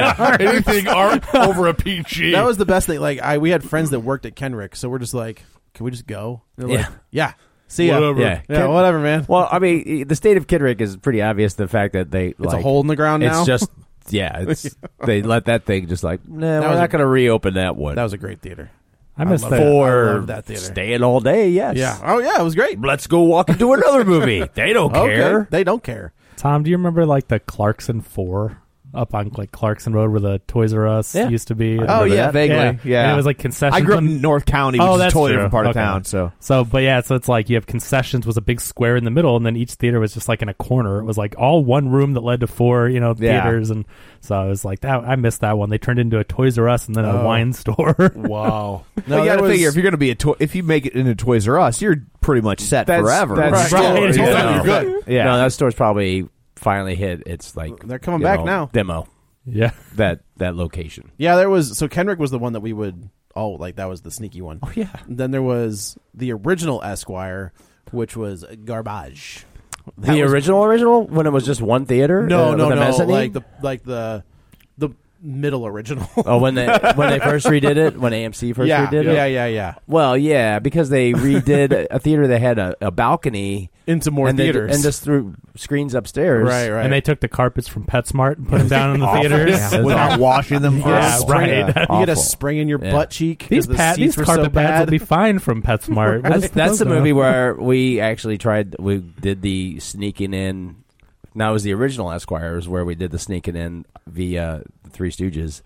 [SPEAKER 5] anything armed over a PG.
[SPEAKER 3] That was the best thing. Like I, we had friends that worked at Kendrick, so we're just like, can we just go? And they're like, yeah. See ya.
[SPEAKER 5] Whatever.
[SPEAKER 6] Yeah.
[SPEAKER 3] Yeah, whatever, man.
[SPEAKER 6] Well, I mean, the state of Kendrick is pretty obvious. The fact that they
[SPEAKER 3] It's
[SPEAKER 6] like,
[SPEAKER 3] a hole in the ground now.
[SPEAKER 6] It's just yeah. It's they let that thing just like nah,
[SPEAKER 3] was
[SPEAKER 6] we're
[SPEAKER 3] a-
[SPEAKER 6] not going to reopen that one.
[SPEAKER 3] that was a great theater.
[SPEAKER 4] I missed
[SPEAKER 3] I love it.
[SPEAKER 4] that.
[SPEAKER 3] I
[SPEAKER 6] or
[SPEAKER 3] love that theater.
[SPEAKER 6] staying all day. Yes.
[SPEAKER 3] Yeah. Oh yeah, it was great.
[SPEAKER 6] Let's go walk into another movie. They don't care.
[SPEAKER 3] Okay. They don't care.
[SPEAKER 4] Tom, do you remember like the Clarkson Four up on like Clarkson Road where the Toys R Us
[SPEAKER 6] Yeah.
[SPEAKER 4] used to be?
[SPEAKER 6] Oh,
[SPEAKER 2] yeah, vaguely. Yeah.
[SPEAKER 4] And it was like concessions.
[SPEAKER 2] I grew up
[SPEAKER 4] on-
[SPEAKER 2] in North County, which
[SPEAKER 4] oh,
[SPEAKER 2] is a
[SPEAKER 4] that's
[SPEAKER 2] totally
[SPEAKER 4] true.
[SPEAKER 2] different part of
[SPEAKER 4] Okay.
[SPEAKER 2] town. So
[SPEAKER 4] So, but yeah, so it's like you have concessions was a big square in the middle, and then each theater was just like in a corner. It was like all one room that led to four, you know,
[SPEAKER 6] Yeah.
[SPEAKER 4] theaters, and so I was like, that I missed that one. They turned into a Toys R Us and then a
[SPEAKER 2] Oh.
[SPEAKER 4] wine store.
[SPEAKER 6] Oh.
[SPEAKER 5] wow.
[SPEAKER 2] No, you
[SPEAKER 3] that
[SPEAKER 2] got to
[SPEAKER 3] was-
[SPEAKER 2] figure if you're going to be a toy, if you make it into Toys R Us, you're pretty much set
[SPEAKER 6] That's-
[SPEAKER 2] forever.
[SPEAKER 6] that's
[SPEAKER 4] Right.
[SPEAKER 6] still-
[SPEAKER 4] Right.
[SPEAKER 6] you
[SPEAKER 4] Yeah.
[SPEAKER 6] know.
[SPEAKER 5] You're good.
[SPEAKER 6] Yeah. No, that store's probably finally hit. It's like
[SPEAKER 3] They're coming
[SPEAKER 6] you
[SPEAKER 3] back
[SPEAKER 6] know,
[SPEAKER 3] now.
[SPEAKER 6] Demo
[SPEAKER 4] yeah,
[SPEAKER 6] that that location.
[SPEAKER 3] Yeah, there was so Kendrick was the one that we would oh like that was the sneaky one. Oh
[SPEAKER 6] yeah.
[SPEAKER 3] Then there was the original Esquire, which was garbage. That
[SPEAKER 6] The
[SPEAKER 3] was-
[SPEAKER 6] original original when it was just one theater.
[SPEAKER 3] No,
[SPEAKER 6] uh,
[SPEAKER 3] no,
[SPEAKER 6] with a
[SPEAKER 3] no.
[SPEAKER 6] mezzanine?
[SPEAKER 3] Like the like the the middle original.
[SPEAKER 6] oh when they when they first redid it when AMC first
[SPEAKER 3] yeah,
[SPEAKER 6] redid it.
[SPEAKER 3] yeah, yeah, yeah.
[SPEAKER 6] Well, yeah, because they redid a, a theater that had a, a balcony
[SPEAKER 3] Into more
[SPEAKER 6] and they-
[SPEAKER 3] theaters.
[SPEAKER 6] and just threw screens upstairs.
[SPEAKER 3] right, right.
[SPEAKER 4] and they took the carpets from PetSmart and put them down in the theaters. That's
[SPEAKER 2] without washing them
[SPEAKER 4] Yeah,
[SPEAKER 2] first.
[SPEAKER 4] right.
[SPEAKER 3] you get a
[SPEAKER 6] Awful.
[SPEAKER 3] spring in your
[SPEAKER 6] Yeah.
[SPEAKER 3] butt cheek. 'cause
[SPEAKER 4] These
[SPEAKER 3] the
[SPEAKER 4] pat
[SPEAKER 3] seats
[SPEAKER 4] these
[SPEAKER 3] were
[SPEAKER 4] carpet
[SPEAKER 3] so
[SPEAKER 4] pads
[SPEAKER 3] bad.
[SPEAKER 4] will be fine from PetSmart. We'll
[SPEAKER 6] That's,
[SPEAKER 4] just put
[SPEAKER 6] that's the
[SPEAKER 4] those
[SPEAKER 6] movie
[SPEAKER 4] up.
[SPEAKER 6] where we actually tried. We did the sneaking in. Now it was the original Esquires where we did the sneaking in via the Three Stooges,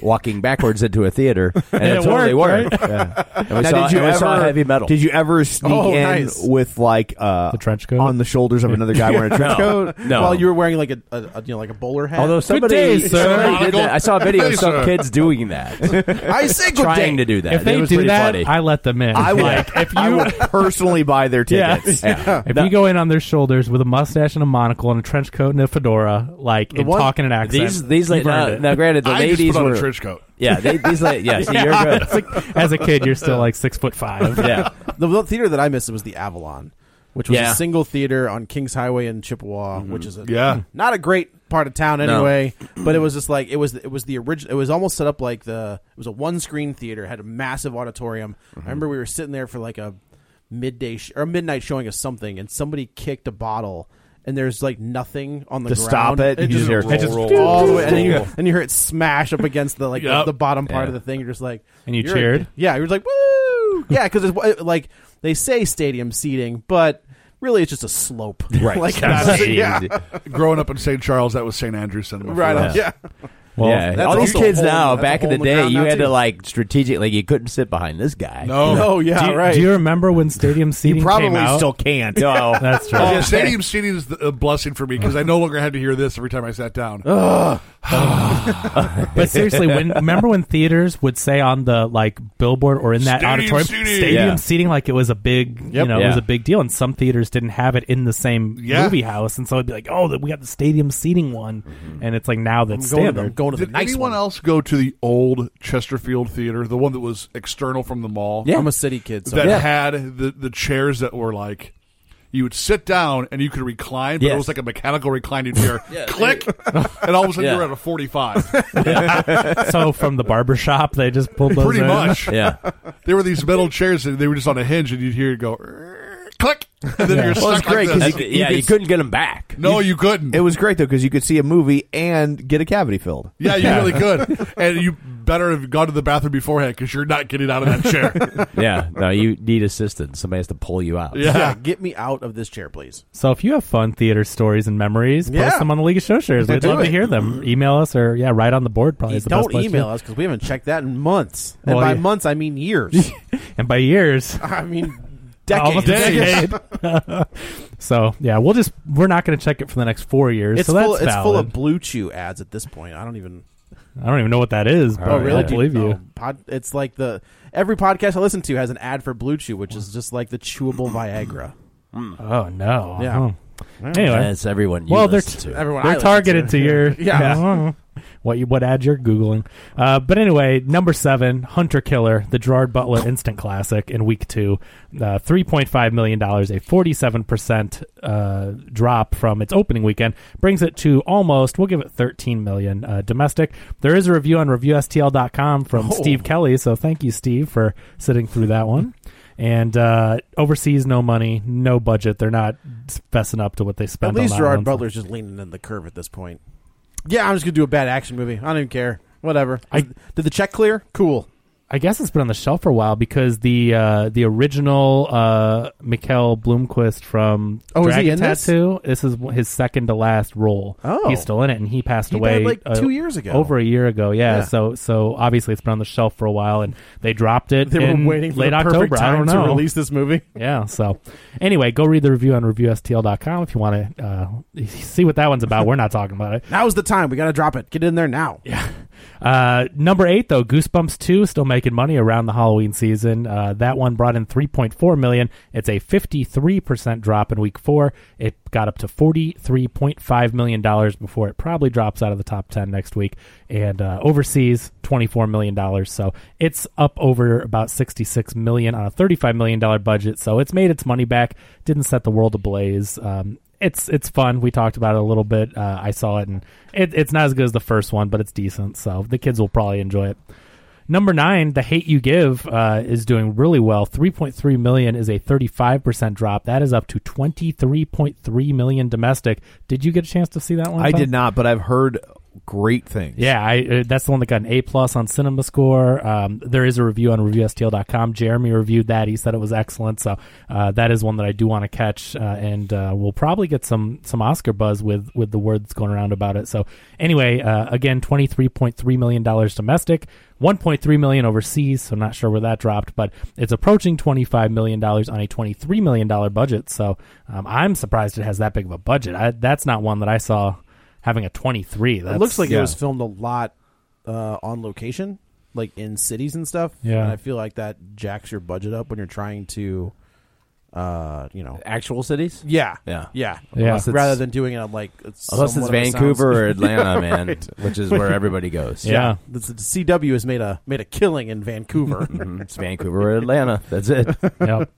[SPEAKER 6] walking backwards into a theater, and it,
[SPEAKER 4] it
[SPEAKER 6] totally
[SPEAKER 4] worked,
[SPEAKER 6] worked. Yeah. And we,
[SPEAKER 2] Now,
[SPEAKER 6] saw,
[SPEAKER 2] did you
[SPEAKER 6] and we
[SPEAKER 2] ever
[SPEAKER 6] saw heavy metal.
[SPEAKER 2] Did you ever sneak
[SPEAKER 3] Oh,
[SPEAKER 2] in
[SPEAKER 3] nice.
[SPEAKER 2] with like uh,
[SPEAKER 4] The trench coat?
[SPEAKER 2] on the shoulders of another guy wearing a trench coat?
[SPEAKER 6] no.
[SPEAKER 3] Well, you were wearing like a, a, a you know like a bowler hat.
[SPEAKER 6] Although somebody,
[SPEAKER 4] day, sir.
[SPEAKER 6] somebody did that. I saw a video of
[SPEAKER 5] Hey,
[SPEAKER 6] some
[SPEAKER 5] sir.
[SPEAKER 6] kids doing that,
[SPEAKER 2] I single
[SPEAKER 6] trying to do that.
[SPEAKER 4] if
[SPEAKER 6] it
[SPEAKER 4] they
[SPEAKER 6] was
[SPEAKER 4] do
[SPEAKER 6] pretty
[SPEAKER 4] that,
[SPEAKER 6] funny.
[SPEAKER 4] I let them in.
[SPEAKER 2] I would,
[SPEAKER 4] like if
[SPEAKER 2] I
[SPEAKER 4] you
[SPEAKER 2] would personally buy their tickets.
[SPEAKER 6] Yeah.
[SPEAKER 4] If you go in on their shoulders with a mustache and a monocle and a trench coat and a fedora, like and
[SPEAKER 3] one-
[SPEAKER 4] talking an accent,
[SPEAKER 6] These these like
[SPEAKER 4] you've
[SPEAKER 6] uh,
[SPEAKER 4] earned
[SPEAKER 6] now,
[SPEAKER 4] it.
[SPEAKER 6] now granted the
[SPEAKER 5] I just
[SPEAKER 6] ladies
[SPEAKER 5] put on
[SPEAKER 6] were
[SPEAKER 5] a trench coat.
[SPEAKER 6] yeah they, these like yeah, see, you're good
[SPEAKER 4] It's like, as a kid, you're still like six foot five.
[SPEAKER 6] yeah
[SPEAKER 3] the little theater that I missed was the Avalon, which was
[SPEAKER 6] Yeah.
[SPEAKER 3] a single theater on Kings Highway in Chippewa,
[SPEAKER 2] Mm-hmm.
[SPEAKER 3] which is a,
[SPEAKER 5] Yeah.
[SPEAKER 3] not a great part of town
[SPEAKER 6] No.
[SPEAKER 3] anyway. But it was just like it was it was the original. It was almost set up like the it was a one screen theater had a massive auditorium.
[SPEAKER 2] Mm-hmm.
[SPEAKER 3] I remember we were sitting there for like a midday sh- or midnight showing of something, and somebody kicked a bottle. And there's like nothing on the
[SPEAKER 2] To
[SPEAKER 3] ground.
[SPEAKER 2] stop it, you just hear
[SPEAKER 3] roll,
[SPEAKER 2] it just-
[SPEAKER 3] roll all the way, and then you, and you hear it smash up against the like the-
[SPEAKER 5] Yep.
[SPEAKER 3] the bottom part
[SPEAKER 6] Yeah.
[SPEAKER 3] of the thing. You're just like,
[SPEAKER 4] And you
[SPEAKER 3] you're-
[SPEAKER 4] cheered?
[SPEAKER 3] yeah, you was like, woo, yeah, because it's like they say stadium seating, but really it's just a slope,
[SPEAKER 6] right
[SPEAKER 3] like
[SPEAKER 6] yeah,
[SPEAKER 5] Growing up in St. Charles, that was St. Andrews Cinema. for
[SPEAKER 3] right,
[SPEAKER 5] us.
[SPEAKER 3] on- yeah.
[SPEAKER 4] Well,
[SPEAKER 3] that's
[SPEAKER 6] all these
[SPEAKER 3] also a
[SPEAKER 6] kids
[SPEAKER 3] hole-
[SPEAKER 6] now
[SPEAKER 3] that's a
[SPEAKER 6] back
[SPEAKER 3] hole
[SPEAKER 6] in the
[SPEAKER 3] in the
[SPEAKER 6] day
[SPEAKER 3] ground
[SPEAKER 6] you
[SPEAKER 3] now,
[SPEAKER 6] had to
[SPEAKER 3] too.
[SPEAKER 6] like strategic like you couldn't sit behind this guy
[SPEAKER 5] No.
[SPEAKER 3] Oh yeah,
[SPEAKER 4] do, you,
[SPEAKER 3] right.
[SPEAKER 4] do you remember when stadium seating came out?
[SPEAKER 6] can't no
[SPEAKER 4] That's true.
[SPEAKER 5] Oh, stadium seating is the- a blessing for me because I no longer had to hear this every time I sat down.
[SPEAKER 4] but seriously, when remember when theaters would say on the like billboard or in that
[SPEAKER 5] Stadium
[SPEAKER 4] auditorium
[SPEAKER 5] seating.
[SPEAKER 4] stadium
[SPEAKER 6] Yeah.
[SPEAKER 4] seating like it was a big you
[SPEAKER 5] Yep.
[SPEAKER 4] know it was
[SPEAKER 6] Yeah.
[SPEAKER 4] a big deal, and some theaters didn't have it in the same
[SPEAKER 5] Yeah.
[SPEAKER 4] movie house, and so it'd be like, oh, we got the stadium seating one, and it's like now
[SPEAKER 3] Mm-hmm. I'm
[SPEAKER 4] that's
[SPEAKER 3] going, to,
[SPEAKER 4] standard.
[SPEAKER 3] going to the
[SPEAKER 5] Did
[SPEAKER 3] nice
[SPEAKER 5] anyone
[SPEAKER 3] one.
[SPEAKER 5] else go to the old Chesterfield Theater, the one that was external from the mall?
[SPEAKER 3] I'm a city kid. So
[SPEAKER 5] that
[SPEAKER 6] Yeah.
[SPEAKER 5] had the, the chairs that were like you would sit down and you could recline, but it
[SPEAKER 6] Yes.
[SPEAKER 5] was like a mechanical reclining chair. Click, and all of a sudden
[SPEAKER 6] Yeah.
[SPEAKER 5] you're at a 45.
[SPEAKER 4] so from the barber shop, they just pulled those
[SPEAKER 5] Pretty
[SPEAKER 4] in.
[SPEAKER 5] much.
[SPEAKER 6] Yeah.
[SPEAKER 5] There were these metal chairs and they were just on a hinge, and you'd hear it go "Er, click, and then you're
[SPEAKER 2] Well, it's
[SPEAKER 5] stuck like
[SPEAKER 2] great
[SPEAKER 5] this.
[SPEAKER 2] 'cause
[SPEAKER 6] That's- yeah, you couldn't get them back.
[SPEAKER 5] no, you couldn't.
[SPEAKER 2] It was great though because you could see a movie and get a cavity filled.
[SPEAKER 5] yeah, you really could, and you better have gone to the bathroom beforehand because you're not getting out of that chair.
[SPEAKER 6] Yeah, no, you need assistance. Somebody has to pull you out.
[SPEAKER 5] Yeah.
[SPEAKER 3] yeah, get me out of this chair, please.
[SPEAKER 4] So if you have fun theater stories and memories,
[SPEAKER 3] Yeah.
[SPEAKER 4] post them on the League of Show Shares. We'd
[SPEAKER 3] Do
[SPEAKER 4] love
[SPEAKER 3] it.
[SPEAKER 4] to hear them. Email us or yeah, right on the board probably is the best
[SPEAKER 3] Don't
[SPEAKER 4] place to-
[SPEAKER 3] email us because we haven't checked that in months. And
[SPEAKER 4] Well,
[SPEAKER 3] by
[SPEAKER 4] yeah.
[SPEAKER 3] months, I mean years.
[SPEAKER 4] And by years,
[SPEAKER 3] I mean
[SPEAKER 4] Almost
[SPEAKER 3] decades.
[SPEAKER 4] a decade. so yeah, we'll just we're not going to check it for the next four years.
[SPEAKER 3] It's
[SPEAKER 4] so
[SPEAKER 3] full.
[SPEAKER 4] that's
[SPEAKER 3] It's full
[SPEAKER 4] valid.
[SPEAKER 3] of Blue Chew ads at this point. I don't even.
[SPEAKER 4] I don't even know what that is. But
[SPEAKER 6] Oh,
[SPEAKER 4] I
[SPEAKER 6] really?
[SPEAKER 4] don't believe you.
[SPEAKER 3] Oh, pod, it's like the every podcast I listen to has an ad for Blue Chew, which is just like the chewable Viagra.
[SPEAKER 4] Oh no.
[SPEAKER 3] Yeah.
[SPEAKER 4] Huh. Anyway,
[SPEAKER 6] That's everyone. You
[SPEAKER 4] well they're
[SPEAKER 6] listen
[SPEAKER 4] t-
[SPEAKER 6] to.
[SPEAKER 3] Everyone, I
[SPEAKER 4] they're
[SPEAKER 3] listen
[SPEAKER 4] targeted to, your
[SPEAKER 3] Yeah.
[SPEAKER 4] What you what ad you're googling? Uh, but anyway, number seven, Hunter Killer, the Gerard Butler instant classic in week two, uh, three point five million dollars, a forty seven percent uh, drop from its opening weekend, brings it to almost. We'll give it thirteen million uh, domestic. There is a review on ReviewSTL.com from
[SPEAKER 3] Oh.
[SPEAKER 4] Steve Kelly, so thank you, Steve, for sitting through that one. And uh, overseas, no money, no budget. They're not fessing up to what they spent.
[SPEAKER 3] At least
[SPEAKER 4] on that
[SPEAKER 3] Gerard
[SPEAKER 4] one, so-
[SPEAKER 3] Butler's just leaning in the curve at this point. Yeah, I'm just gonna do a bad action movie. I don't even care. Whatever.
[SPEAKER 4] I-
[SPEAKER 3] did the check clear? Cool.
[SPEAKER 4] I guess it's been on the shelf for a while because the uh, the original uh, Mikkel Bloomquist from
[SPEAKER 3] Oh, is he
[SPEAKER 4] Dragon
[SPEAKER 3] in this?
[SPEAKER 4] Tattoo. This? is his second to last role.
[SPEAKER 3] Oh.
[SPEAKER 4] he's still in it, and he passed
[SPEAKER 3] He
[SPEAKER 4] away
[SPEAKER 3] died like
[SPEAKER 4] uh,
[SPEAKER 3] two years ago.
[SPEAKER 4] over a year ago. Yeah,
[SPEAKER 3] Yeah.
[SPEAKER 4] so so obviously it's been on the shelf for a while, and they dropped it.
[SPEAKER 3] They
[SPEAKER 4] in
[SPEAKER 3] were waiting for
[SPEAKER 4] late
[SPEAKER 3] the perfect
[SPEAKER 4] October.
[SPEAKER 3] time
[SPEAKER 4] I don't know.
[SPEAKER 3] to release this movie.
[SPEAKER 4] Yeah. So anyway, go read the review on reviewstl.com if you want to uh, see what that one's about. We're not talking about it.
[SPEAKER 3] Now's the time. We gotta drop it. Get in there now.
[SPEAKER 4] Uh, number eight though, Goosebumps two, still making money around the Halloween season. Uh, that one brought in three point four million. It's a fifty three percent drop in week four. It got up to forty three point five million dollars before it probably drops out of the top ten next week. And uh, overseas, twenty four million dollars. So it's up over about sixty six million on a thirty five million dollar budget. So it's made its money back. Didn't set the world ablaze. Um, it's it's fun. We talked about it a little bit. Uh, I saw it, and it, it's not as good as the first one, but it's decent. So the kids will probably enjoy it. Number nine, The Hate You Give, uh, is doing really well. Three point three million is a thirty five percent drop. That is up to twenty three point three million domestic. Did you get a chance to see that one?
[SPEAKER 2] I
[SPEAKER 4] Tom?
[SPEAKER 2] did not, but I've heard great things.
[SPEAKER 4] Yeah, I, uh, that's the one that got an A plus on Cinema Score. Um, there is a review on ReviewSTL.com. Jeremy reviewed that; he said it was excellent. So uh, that is one that I do want to catch, uh, and uh, we'll probably get some some Oscar buzz with with the word that's going around about it. So anyway, uh, again, twenty three point three million dollars domestic, one point three million overseas. So not sure where that dropped, but it's approaching twenty five million dollars on a twenty three million dollar budget. So um, I'm surprised it has that big of a budget. I, that's not one that I saw. Having a twenty-three, that's,
[SPEAKER 3] it looks like
[SPEAKER 2] yeah.
[SPEAKER 3] it was filmed a lot uh, on location, like in cities and stuff.
[SPEAKER 4] Yeah.
[SPEAKER 3] and I feel like that jacks your budget up when you're trying to, uh, you know,
[SPEAKER 6] Actual cities.
[SPEAKER 3] yeah,
[SPEAKER 6] Yeah.
[SPEAKER 3] yeah,
[SPEAKER 4] Yeah. Unless it's-
[SPEAKER 3] rather than doing it on like it's
[SPEAKER 6] Unless it's
[SPEAKER 3] somewhat of a sound
[SPEAKER 6] Vancouver or
[SPEAKER 3] system.
[SPEAKER 6] Atlanta, man, which is where everybody goes.
[SPEAKER 4] Yeah.
[SPEAKER 3] The, the CW has made a made a killing in Vancouver.
[SPEAKER 6] Mhm. It's Vancouver or Atlanta. That's it.
[SPEAKER 4] yep.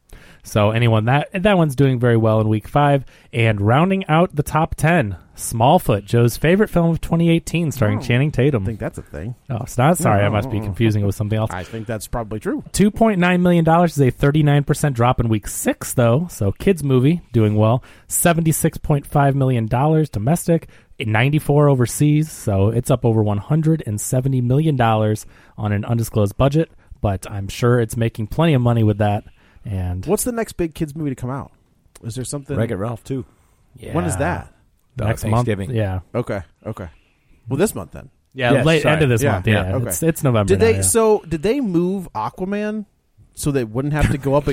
[SPEAKER 4] So anyone that that one's doing very well in week five and rounding out the top ten, Smallfoot, Joe's favorite film of 2018, starring Channing
[SPEAKER 3] I
[SPEAKER 4] Tatum.
[SPEAKER 3] Oh. think that's a thing.
[SPEAKER 4] oh, it's not. Sorry, I must be confusing it with something else.
[SPEAKER 3] I think that's probably true.
[SPEAKER 4] Two point nine million dollars is a thirty nine percent drop in week six, though. So kids movie doing well. Seventy six point five million dollars domestic, ninety four overseas. So it's up over one hundred and seventy million dollars on an undisclosed budget. But I'm sure it's making plenty of money with that. And
[SPEAKER 3] What's the next big kids movie to come out? Is there something?
[SPEAKER 6] Wreck It Ralph too.
[SPEAKER 3] When is that?
[SPEAKER 6] Uh,
[SPEAKER 4] next
[SPEAKER 6] Thanksgiving.
[SPEAKER 4] month. Yeah,
[SPEAKER 3] Okay, okay. Well, this month then.
[SPEAKER 4] yeah,
[SPEAKER 6] Yes,
[SPEAKER 4] late
[SPEAKER 6] sorry.
[SPEAKER 4] end of this
[SPEAKER 3] Yeah,
[SPEAKER 4] month.
[SPEAKER 3] yeah,
[SPEAKER 4] Yeah,
[SPEAKER 3] okay.
[SPEAKER 4] it's, it's November.
[SPEAKER 3] Did
[SPEAKER 4] now,
[SPEAKER 3] they
[SPEAKER 4] yeah.
[SPEAKER 3] so did they move Aquaman so they wouldn't have to go up? A,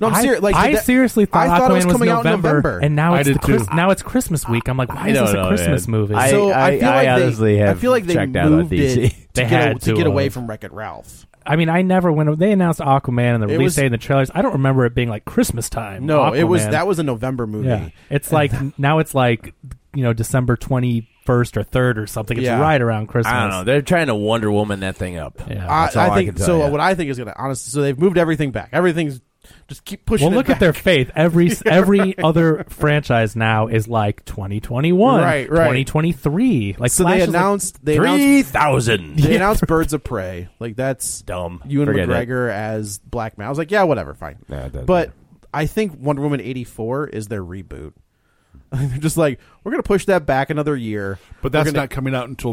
[SPEAKER 3] No, I'm
[SPEAKER 4] I-
[SPEAKER 3] serious. Like
[SPEAKER 4] I
[SPEAKER 3] that-
[SPEAKER 4] seriously thought,
[SPEAKER 3] I thought it
[SPEAKER 4] Aquaman
[SPEAKER 3] was coming out in
[SPEAKER 4] November,
[SPEAKER 3] November.
[SPEAKER 4] and now
[SPEAKER 5] I
[SPEAKER 4] it's
[SPEAKER 5] did
[SPEAKER 4] the Chris,
[SPEAKER 5] too.
[SPEAKER 4] now it's Christmas week. I'm like, why
[SPEAKER 6] I
[SPEAKER 4] is this
[SPEAKER 6] don't
[SPEAKER 4] a
[SPEAKER 6] know,
[SPEAKER 4] Christmas
[SPEAKER 6] man.
[SPEAKER 4] movie?
[SPEAKER 6] I-
[SPEAKER 3] so I, feel
[SPEAKER 6] I
[SPEAKER 3] like
[SPEAKER 6] honestly
[SPEAKER 3] they, I
[SPEAKER 6] have
[SPEAKER 3] feel like they
[SPEAKER 6] checked
[SPEAKER 3] moved
[SPEAKER 6] out on
[SPEAKER 3] it
[SPEAKER 6] DC.
[SPEAKER 3] to,
[SPEAKER 4] They
[SPEAKER 3] get,
[SPEAKER 4] had
[SPEAKER 3] to
[SPEAKER 4] to,
[SPEAKER 3] get away
[SPEAKER 4] uh,
[SPEAKER 3] from Wreck It Ralph.
[SPEAKER 4] I mean, I never when they announced Aquaman and the
[SPEAKER 3] It
[SPEAKER 4] release
[SPEAKER 3] was-
[SPEAKER 4] date and the trailers. I don't remember it being like Christmas time.
[SPEAKER 3] No, it was
[SPEAKER 4] Aquaman.
[SPEAKER 3] that was a November movie.
[SPEAKER 4] Yeah, it's like now it's like you know December twenty first or third or something. It's
[SPEAKER 3] Yeah.
[SPEAKER 4] right around Christmas.
[SPEAKER 6] I don't know. They're trying to Wonder Woman that thing up.
[SPEAKER 4] Yeah.
[SPEAKER 3] I,
[SPEAKER 6] all
[SPEAKER 3] I
[SPEAKER 6] I
[SPEAKER 3] think
[SPEAKER 6] can tell
[SPEAKER 3] so.
[SPEAKER 6] ya.
[SPEAKER 3] What I think is gonna honestly, so they've moved everything back. Everything's just keep pushing.
[SPEAKER 4] Well,
[SPEAKER 3] it
[SPEAKER 4] look
[SPEAKER 3] back.
[SPEAKER 4] at their faith. Every every other franchise now is like 2021,
[SPEAKER 3] Right, right.
[SPEAKER 4] 2023. Like
[SPEAKER 3] So
[SPEAKER 4] Flash
[SPEAKER 3] they
[SPEAKER 4] is like-
[SPEAKER 3] announced they announced
[SPEAKER 6] Three thousand.
[SPEAKER 3] they announced Birds of Prey. Like that's
[SPEAKER 6] Dumb.
[SPEAKER 3] You and
[SPEAKER 6] Forget it.
[SPEAKER 3] McGregor as Black Man. I was like, yeah, whatever, fine.
[SPEAKER 6] Nah, it doesn't
[SPEAKER 3] but
[SPEAKER 6] matter.
[SPEAKER 3] I think Wonder Woman eighty four is their reboot. They're just like we're gonna push that back another year.
[SPEAKER 5] But
[SPEAKER 3] We're
[SPEAKER 5] that's
[SPEAKER 3] gonna-
[SPEAKER 5] not coming out until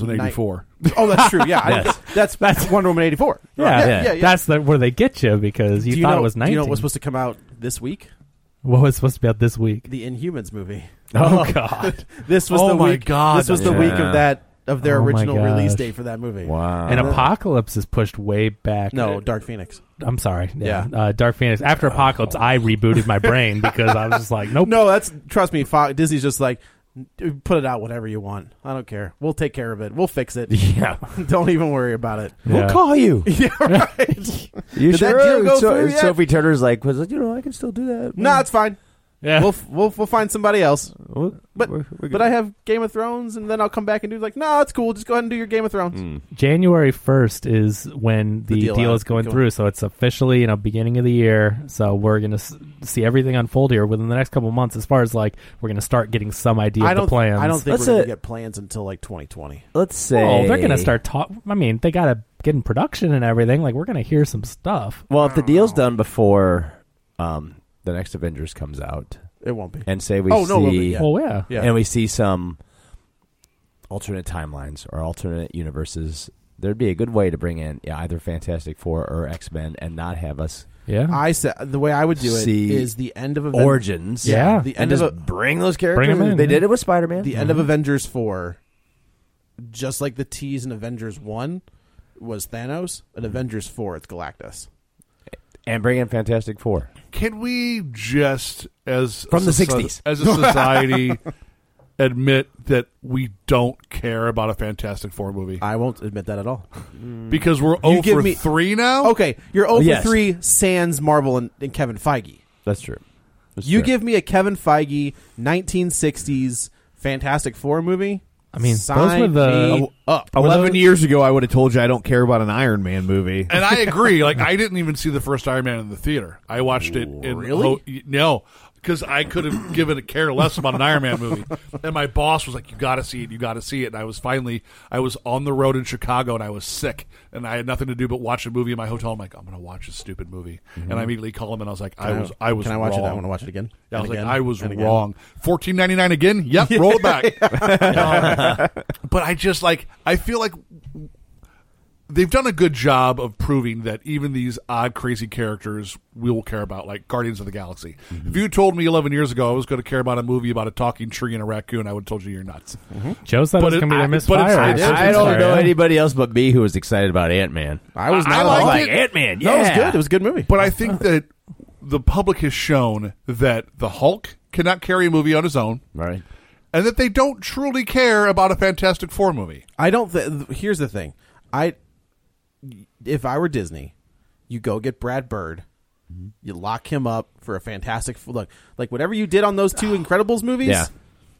[SPEAKER 5] 2084.
[SPEAKER 3] Oh, that's true. Yeah, I, that's that's Wonder Woman eighty four.
[SPEAKER 4] yeah, that's the, where they get you because you,
[SPEAKER 3] do you
[SPEAKER 4] thought
[SPEAKER 3] know,
[SPEAKER 4] it was 19.
[SPEAKER 3] Do you know what was supposed to come out this week?
[SPEAKER 4] what was supposed to be out this week?
[SPEAKER 3] The Inhumans movie.
[SPEAKER 4] Oh, God.
[SPEAKER 3] This was
[SPEAKER 5] Oh
[SPEAKER 3] the
[SPEAKER 5] my
[SPEAKER 3] week.
[SPEAKER 5] God,
[SPEAKER 3] This was the
[SPEAKER 6] that's
[SPEAKER 3] week
[SPEAKER 6] right.
[SPEAKER 3] of that of their
[SPEAKER 4] Oh my
[SPEAKER 3] original release
[SPEAKER 4] gosh.
[SPEAKER 3] date for that movie.
[SPEAKER 6] Wow.
[SPEAKER 4] and Apocalypse is pushed way back.
[SPEAKER 3] Uh,
[SPEAKER 4] Uh,
[SPEAKER 3] No, Dark Phoenix.
[SPEAKER 4] I'm sorry. Yeah, Uh, Dark Phoenix. After Apocalypse, I rebooted my brain because I was just like, nope.
[SPEAKER 3] No, that's trust me. Fox, Disney's just like put it out whatever you want. I don't care. We'll take care of it. We'll fix it.
[SPEAKER 6] Yeah.
[SPEAKER 3] don't even worry about it.
[SPEAKER 4] Yeah.
[SPEAKER 6] call you.
[SPEAKER 3] yeah, right.
[SPEAKER 6] You
[SPEAKER 3] Did that deal
[SPEAKER 6] sure?
[SPEAKER 3] go
[SPEAKER 6] So-
[SPEAKER 3] through yet?
[SPEAKER 6] Sophie Turner's like was like, you know I can still do that.
[SPEAKER 3] no, it's fine.
[SPEAKER 4] Yeah.
[SPEAKER 3] We'll, we'll we'll find somebody else.
[SPEAKER 6] Well,
[SPEAKER 3] But
[SPEAKER 6] we're- we're good.
[SPEAKER 3] but I have Game of Thrones, and then I'll come back and do like, no, it's cool. Just go ahead and do your Game of Thrones.
[SPEAKER 6] Mm.
[SPEAKER 4] January 1st is when the,
[SPEAKER 3] The deal
[SPEAKER 4] deal,
[SPEAKER 3] out.
[SPEAKER 4] is going
[SPEAKER 3] Going-
[SPEAKER 4] through. So it's officially, you know, beginning of the year. So we're going to s- see everything unfold here within the next couple of months as far as like we're going to start getting some idea
[SPEAKER 3] I
[SPEAKER 4] of
[SPEAKER 3] don't.
[SPEAKER 4] the plans.
[SPEAKER 3] I don't think
[SPEAKER 6] That's
[SPEAKER 3] we're gonna
[SPEAKER 6] it.
[SPEAKER 3] get plans until like 2020.
[SPEAKER 6] Let's say.
[SPEAKER 4] Oh, they're going to start talk. I mean, they got to get in production and everything. Like we're going to hear some stuff.
[SPEAKER 6] Well, if the deal's done before um, the next Avengers comes out,
[SPEAKER 3] It won't be.
[SPEAKER 6] and say we
[SPEAKER 3] Oh,
[SPEAKER 6] see,
[SPEAKER 3] no, we'll be- yeah.
[SPEAKER 4] Well, yeah.
[SPEAKER 3] Yeah.
[SPEAKER 6] and we see some alternate timelines or alternate universes, there'd be a good way to bring in yeah, either Fantastic Four or X Men, and not have us
[SPEAKER 4] Yeah.
[SPEAKER 3] I said the way I would do it is
[SPEAKER 6] See-
[SPEAKER 3] the end of Aven-
[SPEAKER 6] origins.
[SPEAKER 4] Yeah.
[SPEAKER 3] the end
[SPEAKER 6] and
[SPEAKER 3] of a,
[SPEAKER 6] just bring those characters.
[SPEAKER 4] 'em in,
[SPEAKER 6] they
[SPEAKER 4] yeah.
[SPEAKER 6] did it with Spider Man.
[SPEAKER 3] the end of Avengers four, just like the tease in Avengers one was Thanos, in Avengers four it's Galactus.
[SPEAKER 6] and bring in Fantastic Four.
[SPEAKER 5] Can we just, as
[SPEAKER 6] From
[SPEAKER 5] a
[SPEAKER 6] the
[SPEAKER 5] soci-
[SPEAKER 6] 60s.
[SPEAKER 5] as a society, admit that we don't care about a Fantastic Four movie
[SPEAKER 3] I won't admit that at all.
[SPEAKER 5] because we're over
[SPEAKER 3] give me- Oh,
[SPEAKER 5] three now?
[SPEAKER 3] Okay, you're over
[SPEAKER 6] Yes.
[SPEAKER 3] three. Sans Marvel and, and Kevin Feige.
[SPEAKER 6] That's true. That's
[SPEAKER 3] you
[SPEAKER 6] true.
[SPEAKER 3] give me a Kevin Feige 1960s Fantastic Four movie.
[SPEAKER 4] I mean, those
[SPEAKER 3] sign
[SPEAKER 4] were
[SPEAKER 2] Uh,
[SPEAKER 4] the-
[SPEAKER 3] me up.
[SPEAKER 7] Eleven years ago, I would have told you I don't care about an Iron Man movie.
[SPEAKER 5] And I agree. Like I didn't even see the first Iron Man in the theater. I watched it in
[SPEAKER 3] Really?
[SPEAKER 5] ho- no, because I could have given a care less about an Iron Man movie. And my boss was like, "You got to see it. You got to see it." And I was finally, I was on the road in Chicago, and I was sick, and I had nothing to do but watch a movie in my hotel. I'm like, "I'm going to watch this stupid movie," and I immediately call him, and I was like, "I was, I was."
[SPEAKER 3] Mm-hmm. Can I watch it? I
[SPEAKER 5] wrong.
[SPEAKER 3] want to watch it again.
[SPEAKER 5] Yeah, I
[SPEAKER 3] And
[SPEAKER 5] was
[SPEAKER 3] again,
[SPEAKER 5] like, I was
[SPEAKER 3] and again.
[SPEAKER 5] wrong. Fourteen ninety nine again. Yep, roll it back. Um, but I just like I feel like they've done a good job of proving that even these odd, crazy characters we will care about, like Guardians of the Galaxy.
[SPEAKER 3] Mm-hmm.
[SPEAKER 5] If you told me eleven years ago I was going to care about a movie about a talking tree and a raccoon, I would have told you you're nuts.
[SPEAKER 4] Joe said it
[SPEAKER 5] But
[SPEAKER 4] was
[SPEAKER 5] it-
[SPEAKER 4] going to be
[SPEAKER 5] I-
[SPEAKER 4] a
[SPEAKER 5] but it's-
[SPEAKER 4] misfire.
[SPEAKER 5] I
[SPEAKER 6] I,
[SPEAKER 5] did.
[SPEAKER 4] It's-
[SPEAKER 6] I
[SPEAKER 4] it's
[SPEAKER 6] don't
[SPEAKER 4] fire.
[SPEAKER 6] know anybody else but me who was excited about Ant Man.
[SPEAKER 3] I was not
[SPEAKER 5] I
[SPEAKER 3] at
[SPEAKER 5] liked
[SPEAKER 3] all.
[SPEAKER 5] it.
[SPEAKER 6] Like Ant Man, yeah,
[SPEAKER 3] No, it was good. It was a good movie.
[SPEAKER 5] But I think that the public has shown that the Hulk cannot carry a movie on his own,
[SPEAKER 6] right.
[SPEAKER 5] and that they don't truly care about a Fantastic Four movie.
[SPEAKER 3] I don't. Th- th- here's the thing. I, if I were Disney, you go get Brad Bird. You lock him up for a fantastic f- look. Like whatever you did on those two Incredibles movies,
[SPEAKER 6] Yeah.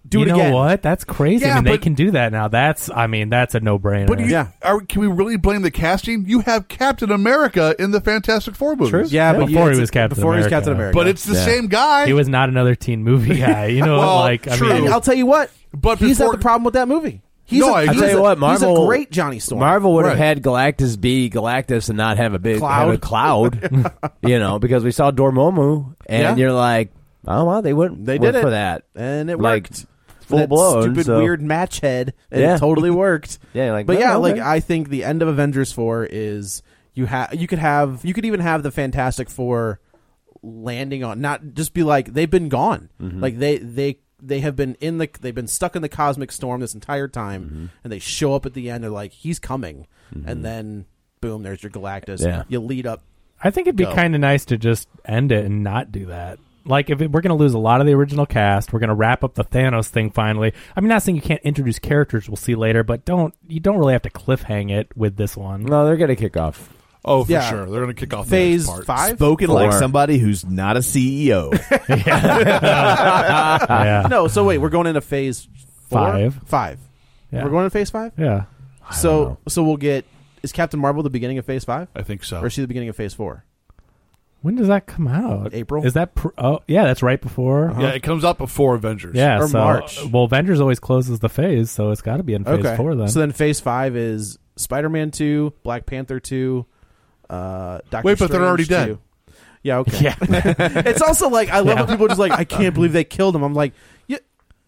[SPEAKER 3] do
[SPEAKER 4] you
[SPEAKER 3] it
[SPEAKER 4] know
[SPEAKER 3] again.
[SPEAKER 4] what? That's crazy.
[SPEAKER 5] Yeah,
[SPEAKER 4] I mean, they
[SPEAKER 5] but-
[SPEAKER 4] can do that now. That's, I mean, that's a no-brainer.
[SPEAKER 5] But you,
[SPEAKER 3] Yeah.
[SPEAKER 5] are, can we really blame the casting? You have Captain America in the Fantastic Four movies.
[SPEAKER 4] True.
[SPEAKER 3] Yeah,
[SPEAKER 4] Yeah,
[SPEAKER 3] but you-
[SPEAKER 4] before he
[SPEAKER 3] it's-
[SPEAKER 4] was Captain
[SPEAKER 3] before he was
[SPEAKER 4] America.
[SPEAKER 3] Captain America.
[SPEAKER 5] But it's the
[SPEAKER 6] Yeah.
[SPEAKER 5] same guy.
[SPEAKER 4] he was not another teen movie guy. You know,
[SPEAKER 5] Well,
[SPEAKER 4] like I
[SPEAKER 5] true.
[SPEAKER 4] mean,
[SPEAKER 3] And I'll tell you what.
[SPEAKER 5] But
[SPEAKER 3] he's
[SPEAKER 5] before-
[SPEAKER 3] not the problem with that movie. He's
[SPEAKER 5] No,
[SPEAKER 3] a-
[SPEAKER 5] I
[SPEAKER 3] he's
[SPEAKER 5] agree.
[SPEAKER 6] I
[SPEAKER 3] a-
[SPEAKER 6] tell you what, Marvel
[SPEAKER 3] he's a great Johnny Storm.
[SPEAKER 6] Marvel would have
[SPEAKER 5] Right.
[SPEAKER 6] had Galactus be Galactus and not have a big have a cloud, you know, because we saw Dormammu, and
[SPEAKER 3] Yeah.
[SPEAKER 6] you're like, oh well, they wouldn't.
[SPEAKER 3] They
[SPEAKER 6] went
[SPEAKER 3] did it.
[SPEAKER 6] for that,
[SPEAKER 3] and it
[SPEAKER 6] Like,
[SPEAKER 3] worked.
[SPEAKER 6] full
[SPEAKER 3] that
[SPEAKER 6] blown,
[SPEAKER 3] stupid
[SPEAKER 6] so-
[SPEAKER 3] weird match head, and
[SPEAKER 6] Yeah.
[SPEAKER 3] it totally worked.
[SPEAKER 6] Yeah, you're like,
[SPEAKER 3] but
[SPEAKER 6] "Oh,
[SPEAKER 3] yeah, like
[SPEAKER 6] okay."
[SPEAKER 3] I think the end of Avengers four is you have you could have you could even have the Fantastic Four landing on not just be like they've been gone, like they they they have been in the they've been stuck in the cosmic storm this entire time, and they show up at the end. They're like he's coming, and then boom, there's your Galactus.
[SPEAKER 6] Yeah.
[SPEAKER 3] You lead up.
[SPEAKER 4] I think it'd be
[SPEAKER 3] Go.
[SPEAKER 4] kind of nice to just end it and not do that. Like if it, we're going to lose a lot of the original cast, we're going to wrap up the Thanos thing finally. I'm not saying you can't introduce characters we'll see later, but don't you don't really have to cliffhang it with this one.
[SPEAKER 6] No, they're going to kick off.
[SPEAKER 5] Oh,
[SPEAKER 3] Yeah.
[SPEAKER 5] gonna kick off
[SPEAKER 3] Phase five?
[SPEAKER 2] Spoken
[SPEAKER 6] Four.
[SPEAKER 2] like somebody who's not a E CEO.
[SPEAKER 4] yeah.
[SPEAKER 3] No, so wait, we're going into phase four?
[SPEAKER 4] Five.
[SPEAKER 3] Five.
[SPEAKER 4] Yeah.
[SPEAKER 3] We're going to phase five.
[SPEAKER 4] Yeah.
[SPEAKER 3] So so we'll get is Captain Marvel the beginning of phase five,
[SPEAKER 5] I think so.
[SPEAKER 3] or is she the beginning of phase four?
[SPEAKER 4] When does that come out?
[SPEAKER 3] April.
[SPEAKER 4] Is that pr- Oh, yeah, that's right before.
[SPEAKER 5] Yeah, it comes out before Avengers.
[SPEAKER 4] Yeah,
[SPEAKER 3] Or
[SPEAKER 4] so-
[SPEAKER 3] March.
[SPEAKER 4] Well, Avengers always closes the phase, so it's got to be in phase
[SPEAKER 3] okay.
[SPEAKER 4] four then.
[SPEAKER 3] So then phase five is Spider Man two, Black Panther two, uh, Doctor.
[SPEAKER 5] Wait, but they're already
[SPEAKER 3] Strange
[SPEAKER 5] dead.
[SPEAKER 3] 2. Yeah. Okay.
[SPEAKER 4] yeah,
[SPEAKER 3] it's also like I love when people are just like I can't believe they killed him. I'm like, yeah,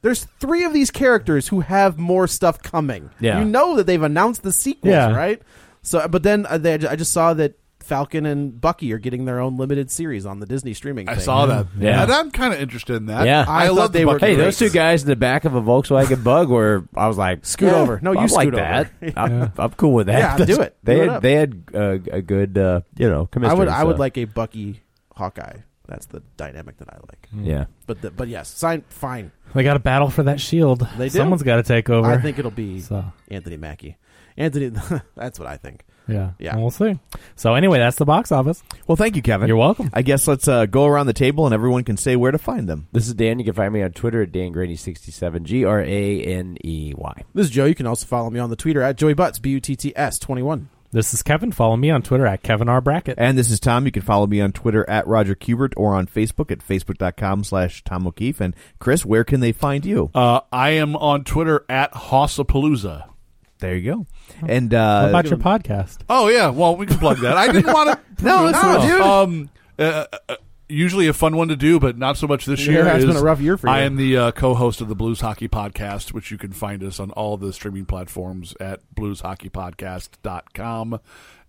[SPEAKER 3] there's three of these characters who have more stuff coming.
[SPEAKER 6] Yeah.
[SPEAKER 3] you know that they've announced the sequels,
[SPEAKER 4] Yeah.
[SPEAKER 3] right? So, but then uh, they, I just saw that Falcon and Bucky are getting their own limited series on the Disney streaming.
[SPEAKER 5] I
[SPEAKER 3] thing.
[SPEAKER 5] saw that.
[SPEAKER 6] Yeah.
[SPEAKER 5] and I'm kind of interested in that.
[SPEAKER 6] Yeah.
[SPEAKER 5] I,
[SPEAKER 3] I
[SPEAKER 5] love
[SPEAKER 3] thought
[SPEAKER 5] they
[SPEAKER 3] they were
[SPEAKER 5] were.
[SPEAKER 6] Hey, those two guys in the back of a Volkswagen Bug were. I was like,
[SPEAKER 3] Scoot
[SPEAKER 6] yeah,
[SPEAKER 3] over. No, you
[SPEAKER 6] I'm like
[SPEAKER 3] scoot
[SPEAKER 6] that.
[SPEAKER 3] over.
[SPEAKER 6] I'm, I'm cool with that.
[SPEAKER 3] Yeah, do it.
[SPEAKER 6] They
[SPEAKER 3] Do it
[SPEAKER 6] had
[SPEAKER 3] up.
[SPEAKER 6] they had uh, a good uh, you know chemistry.
[SPEAKER 3] I would. I
[SPEAKER 4] uh,
[SPEAKER 3] would
[SPEAKER 6] so,
[SPEAKER 3] like a Bucky Hawkeye. That's the dynamic that I like.
[SPEAKER 6] Yeah.
[SPEAKER 3] But the, but yes, sign fine.
[SPEAKER 4] they got to battle for that shield.
[SPEAKER 3] They do.
[SPEAKER 4] Someone's got to take over.
[SPEAKER 3] I think it'll be
[SPEAKER 4] so.
[SPEAKER 3] Anthony Mackie. Anthony, that's what I think.
[SPEAKER 4] Yeah,
[SPEAKER 3] Yeah.
[SPEAKER 4] And we'll see. So anyway, that's the box office.
[SPEAKER 2] well, thank you, Kevin.
[SPEAKER 4] You're welcome.
[SPEAKER 2] I guess let's uh, go around the table and everyone can say where to find them.
[SPEAKER 6] This is Dan. You can find me on Twitter at dangraney67. G R A N E Y.
[SPEAKER 3] This is Joe. You can also follow me on the Twitter at Joey Butts B U T T S twenty one.
[SPEAKER 4] This is Kevin. Follow me on Twitter at Kevin R Brackett.
[SPEAKER 2] And this is Tom. You can follow me on Twitter at Roger Kubert or on Facebook at facebook.com slash Tom O'Keefe. And Chris, where can they find you?
[SPEAKER 5] Uh, I am on Twitter at Hossapalooza.
[SPEAKER 2] There you go. And
[SPEAKER 4] How
[SPEAKER 2] uh,
[SPEAKER 4] about your podcast?
[SPEAKER 5] Oh yeah, well we can plug that. I didn't want to.
[SPEAKER 2] No, it's cool. dude.
[SPEAKER 5] Um, uh, uh, usually a fun one to do, but not so much this
[SPEAKER 3] Yeah,
[SPEAKER 5] year. is
[SPEAKER 3] it's been a rough year for you.
[SPEAKER 5] I am the uh, co-host of the Blues Hockey Podcast, which you can find us on all the streaming platforms at blueshockeypodcast.com.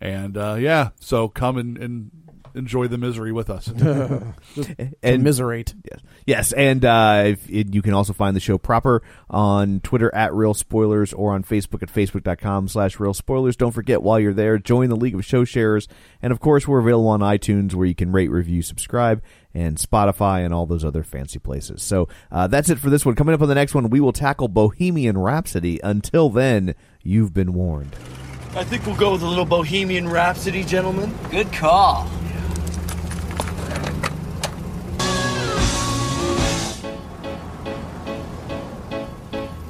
[SPEAKER 5] And uh, yeah, so come and, and enjoy the misery with us.
[SPEAKER 2] and
[SPEAKER 3] Miserate.
[SPEAKER 2] Yes. Yes, and uh, if it, you can also find the show proper on Twitter at Real Spoilers or on Facebook at facebook.com slash Real Spoilers. Don't forget, while you're there, join the League of Show Sharers. And, of course, we're available on iTunes where you can rate, review, subscribe, and Spotify and all those other fancy places. So uh, that's it for this one. Coming up on the next one, we will tackle Bohemian Rhapsody. Until then, you've been warned.
[SPEAKER 8] I think we'll go with a little Bohemian Rhapsody, gentlemen.
[SPEAKER 9] Good call.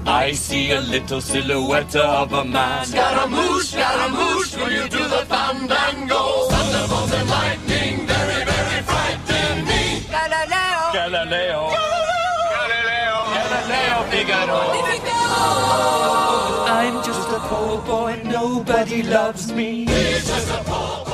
[SPEAKER 8] I see a little silhouette of a man. Scaramouche, Scaramouche, will you do the fandango? Thunderbolts and lightning, very, very frightening. Galileo, Galileo, Galileo, Galileo, Figaro. I'm just a poor boy, nobody loves me. He's just a poor